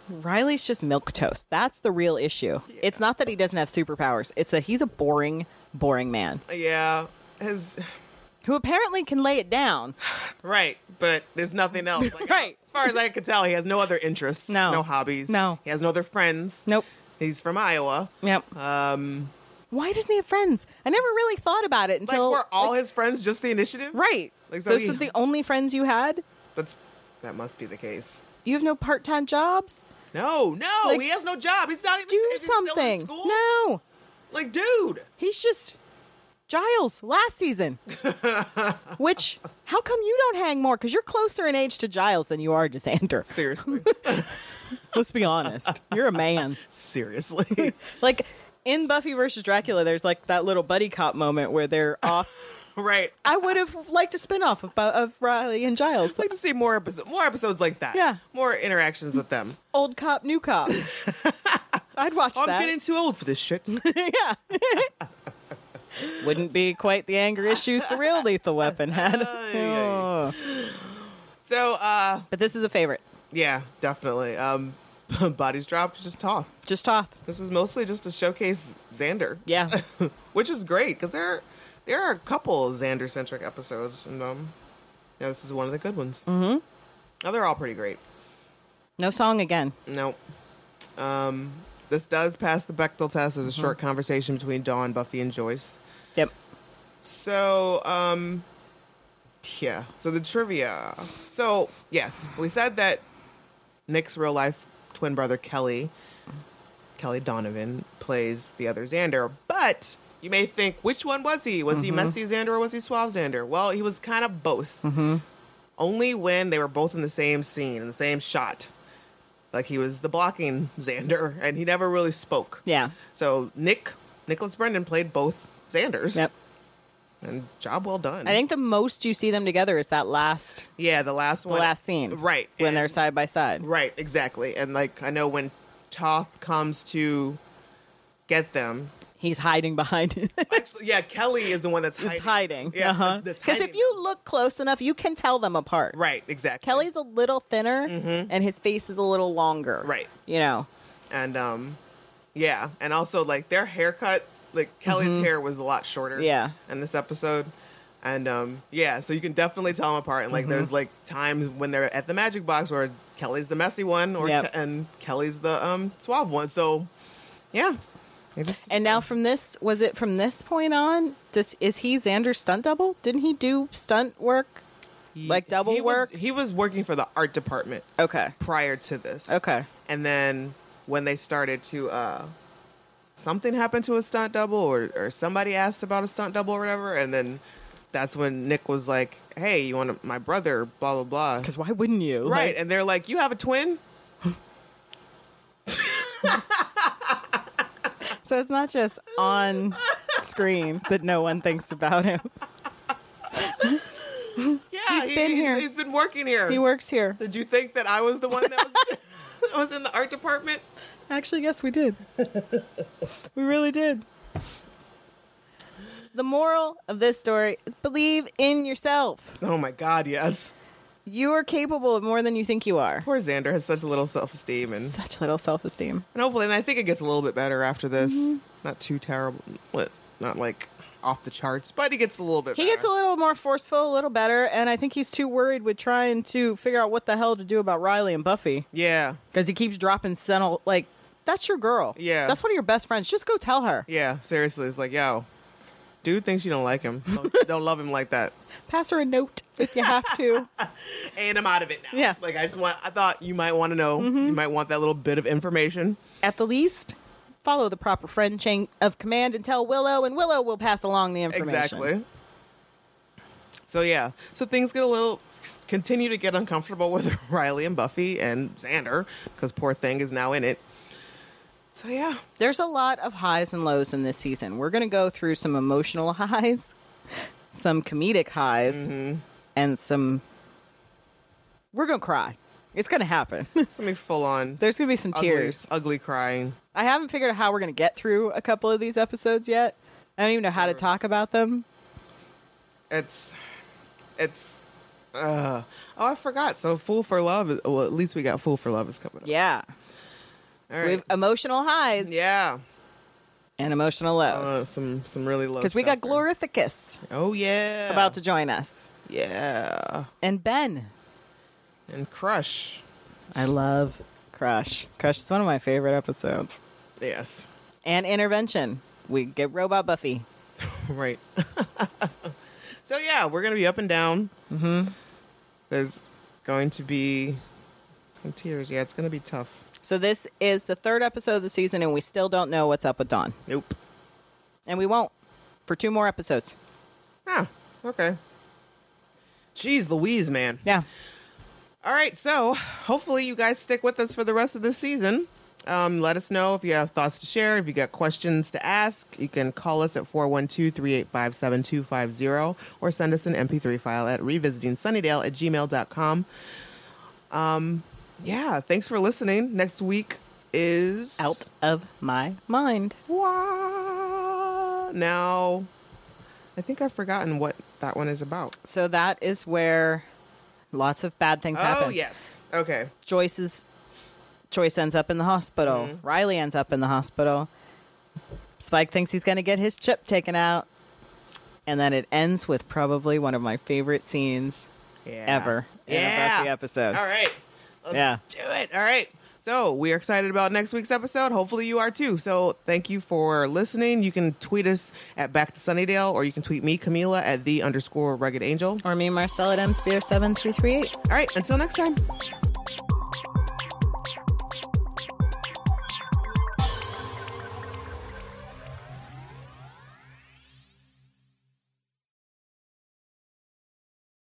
Speaker 2: Riley's just milk toast. That's the real issue. It's not that he doesn't have superpowers. It's that he's a boring, boring man.
Speaker 1: yeah, his
Speaker 2: who apparently can lay it down.
Speaker 1: right, but there's nothing
Speaker 2: [LAUGHS]
Speaker 1: else. Like, I don't-
Speaker 2: Right.
Speaker 1: As far as I could tell, he has no other interests.
Speaker 2: No.
Speaker 1: No hobbies.
Speaker 2: No.
Speaker 1: He has no other friends.
Speaker 2: Nope.
Speaker 1: He's from Iowa.
Speaker 2: Yep.
Speaker 1: Um,
Speaker 2: Why doesn't he have friends? I never really thought about
Speaker 1: like
Speaker 2: it until
Speaker 1: were all his friends just the initiative?
Speaker 2: right.
Speaker 1: like, so
Speaker 2: Those
Speaker 1: he-
Speaker 2: are the only friends you had.
Speaker 1: That's that must be the case.
Speaker 2: You have no part-time jobs.
Speaker 1: No, no,
Speaker 2: Like,
Speaker 1: he has no job. He's not even
Speaker 2: Do
Speaker 1: is he still in
Speaker 2: something.
Speaker 1: school?
Speaker 2: No,
Speaker 1: Like, dude.
Speaker 2: he's just Giles
Speaker 1: [LAUGHS]
Speaker 2: last season. Which, how come you don't hang more? Because you're closer in age to Giles than you are to Xander. [LAUGHS]
Speaker 1: Seriously. [LAUGHS]
Speaker 2: Let's be honest. You're a man.
Speaker 1: Seriously. [LAUGHS]
Speaker 2: Like in Buffy versus Dracula, there's like that little buddy cop moment where
Speaker 1: [LAUGHS]
Speaker 2: they're off
Speaker 1: right.
Speaker 2: I would have liked a spin-off of, Bu- of Riley and Giles.
Speaker 1: I'd like to see more episodes, more episodes like that.
Speaker 2: Yeah.
Speaker 1: more interactions with them.
Speaker 2: Old cop,
Speaker 1: [LAUGHS]
Speaker 2: new cop. I'd watch
Speaker 1: Oh, I'm
Speaker 2: that.
Speaker 1: getting too old for this
Speaker 2: [LAUGHS]
Speaker 1: shit.
Speaker 2: yeah. [LAUGHS] Wouldn't be quite the anger issues the real Lethal Weapon had.
Speaker 1: [LAUGHS]
Speaker 2: Oh.
Speaker 1: yeah. so, uh,
Speaker 2: But this is a favorite.
Speaker 1: yeah, definitely. Um, [LAUGHS] bodies dropped, just Toth.
Speaker 2: Just Toth.
Speaker 1: This was mostly just to showcase Xander.
Speaker 2: Yeah.
Speaker 1: [LAUGHS] which is great because there, there are a couple Xander centric episodes, and um, yeah, this is one of the good ones. Mm-hmm. Now they're all pretty great.
Speaker 2: No song again.
Speaker 1: Nope. Um, this does pass the Bechtel test.
Speaker 2: Mm-hmm.
Speaker 1: There's a short conversation between Dawn, Buffy, and Joyce.
Speaker 2: Yep.
Speaker 1: So, um, yeah. So the trivia. So yes, we said that Nick's real life twin brother Kelly, Kelly Donovan, plays the other Xander. But you may think, which one was he? Was he
Speaker 2: Mm-hmm.
Speaker 1: messy Xander or was he suave Xander? Well, he was kind of both.
Speaker 2: Mm-hmm.
Speaker 1: Only when they were both in the same scene, in the same shot. Like he was the blocking Xander, and he never really spoke.
Speaker 2: Yeah.
Speaker 1: So Nick, Nicholas Brendan played both Xanders
Speaker 2: Yep.
Speaker 1: and job well done.
Speaker 2: I think the most you see them together is that last
Speaker 1: yeah, the last
Speaker 2: the
Speaker 1: one,
Speaker 2: last scene.
Speaker 1: right?
Speaker 2: When
Speaker 1: and-
Speaker 2: they're side by side.
Speaker 1: right, exactly. And like I know when Toth comes to get them,
Speaker 2: He's hiding behind [LAUGHS] it.
Speaker 1: actually, yeah, Kelly is the one that's hiding.
Speaker 2: It's hiding.
Speaker 1: Yeah,
Speaker 2: Uh-huh.
Speaker 1: that's
Speaker 2: Because if
Speaker 1: hiding.
Speaker 2: you look close enough, you can tell them apart.
Speaker 1: right, exactly,
Speaker 2: Kelly's a little thinner and his face is a little longer.
Speaker 1: Mm-hmm. Right.
Speaker 2: You know.
Speaker 1: and um, yeah, and also like their haircut, like Kelly's hair was a lot shorter.
Speaker 2: Mm-hmm. Yeah.
Speaker 1: in this episode. And um, yeah, so you can definitely tell them apart. And like,
Speaker 2: Mm-hmm.
Speaker 1: there's like times when they're at the magic box where Kelly's the messy one, or
Speaker 2: Yep.
Speaker 1: Ke- and Kelly's the um suave one. So, yeah, They just
Speaker 2: And now from this was it from this point on? Does is he Xander's stunt double? Didn't he do stunt work? Like double
Speaker 1: he was-
Speaker 2: work?
Speaker 1: he was working for the art department
Speaker 2: Okay.
Speaker 1: prior to this.
Speaker 2: Okay.
Speaker 1: And then when they started to, uh, something happened to a stunt double, or, or somebody asked about a stunt double or whatever. And then that's when Nick was like, hey, you want to, my brother, blah, blah, blah.
Speaker 2: Because why wouldn't you?
Speaker 1: Right.
Speaker 2: Like,
Speaker 1: and they're like, you have a twin?
Speaker 2: So it's not just
Speaker 1: [LAUGHS]
Speaker 2: on screen that no one thinks about him.
Speaker 1: Yeah,
Speaker 2: He's
Speaker 1: he-
Speaker 2: been here.
Speaker 1: he's been working here.
Speaker 2: He works here.
Speaker 1: Did you think that I was the one that [LAUGHS] was that was in the art department?
Speaker 2: Actually, yes, we did. [LAUGHS] we really did. The moral of this story is believe in yourself.
Speaker 1: Oh my God, yes.
Speaker 2: You are capable of more than you think you are.
Speaker 1: Poor Xander has such little self esteem, and,
Speaker 2: Such little self esteem.
Speaker 1: and hopefully, and I think it gets a little bit better after this.
Speaker 2: Mm-hmm.
Speaker 1: Not too terrible, but not like off the charts, but he gets a little bit.
Speaker 2: He gets a little more forceful, a little better, and I think he's too worried with trying to figure out what the hell to do about Riley and Buffy
Speaker 1: yeah,
Speaker 2: because he keeps dropping sentinel. Like, that's your girl.
Speaker 1: Yeah.
Speaker 2: That's one of your best friends. Just go tell her.
Speaker 1: yeah. Seriously, it's like yo, dude thinks you don't like him.
Speaker 2: [LAUGHS]
Speaker 1: Don't, don't love him like that.
Speaker 2: Pass her a note if you have [LAUGHS] to.
Speaker 1: And I'm out of it now.
Speaker 2: Yeah. Mm-hmm.
Speaker 1: like I just want. I thought you might want to know. You might want that little bit of information.
Speaker 2: At the least, follow the proper friend chain of command and tell Willow, and Willow will pass along the information.
Speaker 1: Exactly. So yeah, so things get a little continue to get uncomfortable with [LAUGHS] Riley and Buffy and Xander because poor thing is now in it. So yeah,
Speaker 2: There's a lot of highs and lows in this season. We're going to go through some emotional [LAUGHS] highs, some comedic highs,
Speaker 1: Mm-hmm.
Speaker 2: and some. We're going to cry. It's going to happen. [LAUGHS]
Speaker 1: it's gonna be full on
Speaker 2: There's going to be some
Speaker 1: ugly,
Speaker 2: tears.
Speaker 1: ugly crying.
Speaker 2: I haven't figured out how we're going to get through a couple of these episodes yet. I don't even know how to talk about them.
Speaker 1: It's it's uh oh I forgot. So Fool for Love. Is, well, at least we got Fool for Love is coming up.
Speaker 2: Yeah.
Speaker 1: All
Speaker 2: We
Speaker 1: right.
Speaker 2: have emotional highs
Speaker 1: yeah,
Speaker 2: and emotional
Speaker 1: uh,
Speaker 2: lows.
Speaker 1: some some really low.
Speaker 2: Because we got
Speaker 1: stuff there.
Speaker 2: Glorificus
Speaker 1: Oh yeah,
Speaker 2: about to join us.
Speaker 1: yeah
Speaker 2: And Ben.
Speaker 1: and Crush.
Speaker 2: I love Crush. Crush is one of my favorite episodes.
Speaker 1: Yes, [LAUGHS]
Speaker 2: And Intervention. We get Robot Buffy.
Speaker 1: Right. [LAUGHS] so yeah, we're gonna be up and down. Mm-hmm. There's going to be some tears. Yeah, it's gonna be tough.
Speaker 2: So this is the third episode of the season, and we still don't know what's up with Dawn.
Speaker 1: Nope.
Speaker 2: And we won't for two more episodes.
Speaker 1: Ah, okay. Jeez, Louise, man.
Speaker 2: Yeah.
Speaker 1: All right, so hopefully you guys stick with us for the rest of the season. Um, let us know if you have thoughts to share, if you got questions to ask. You can call us at 412 385 7250 or send us an MP3 file at revisitingsunnydale at gmail.com. Um, yeah, thanks for listening. Next week is.
Speaker 2: Out of my mind.
Speaker 1: Wah! Now, I think I've forgotten what that one is about.
Speaker 2: So that is where lots of bad things happen.
Speaker 1: Oh, yes. Okay.
Speaker 2: Joyce's Joyce ends up in the hospital.
Speaker 1: Mm-hmm.
Speaker 2: Riley ends up in the hospital. Spike thinks he's going to get his chip taken out. And then it ends with probably one of my favorite scenes
Speaker 1: Yeah.
Speaker 2: ever in a Buffy episode.
Speaker 1: All right. Let's
Speaker 2: Yeah.
Speaker 1: do it. All right. So we are excited about next week's episode. Hopefully you are too. So thank you for listening. You can tweet us at Back to Sunnydale or you can tweet me, Camila, at the underscore rugged angel.
Speaker 2: Or me, Marcel at mspear7338.
Speaker 1: All right, until next time.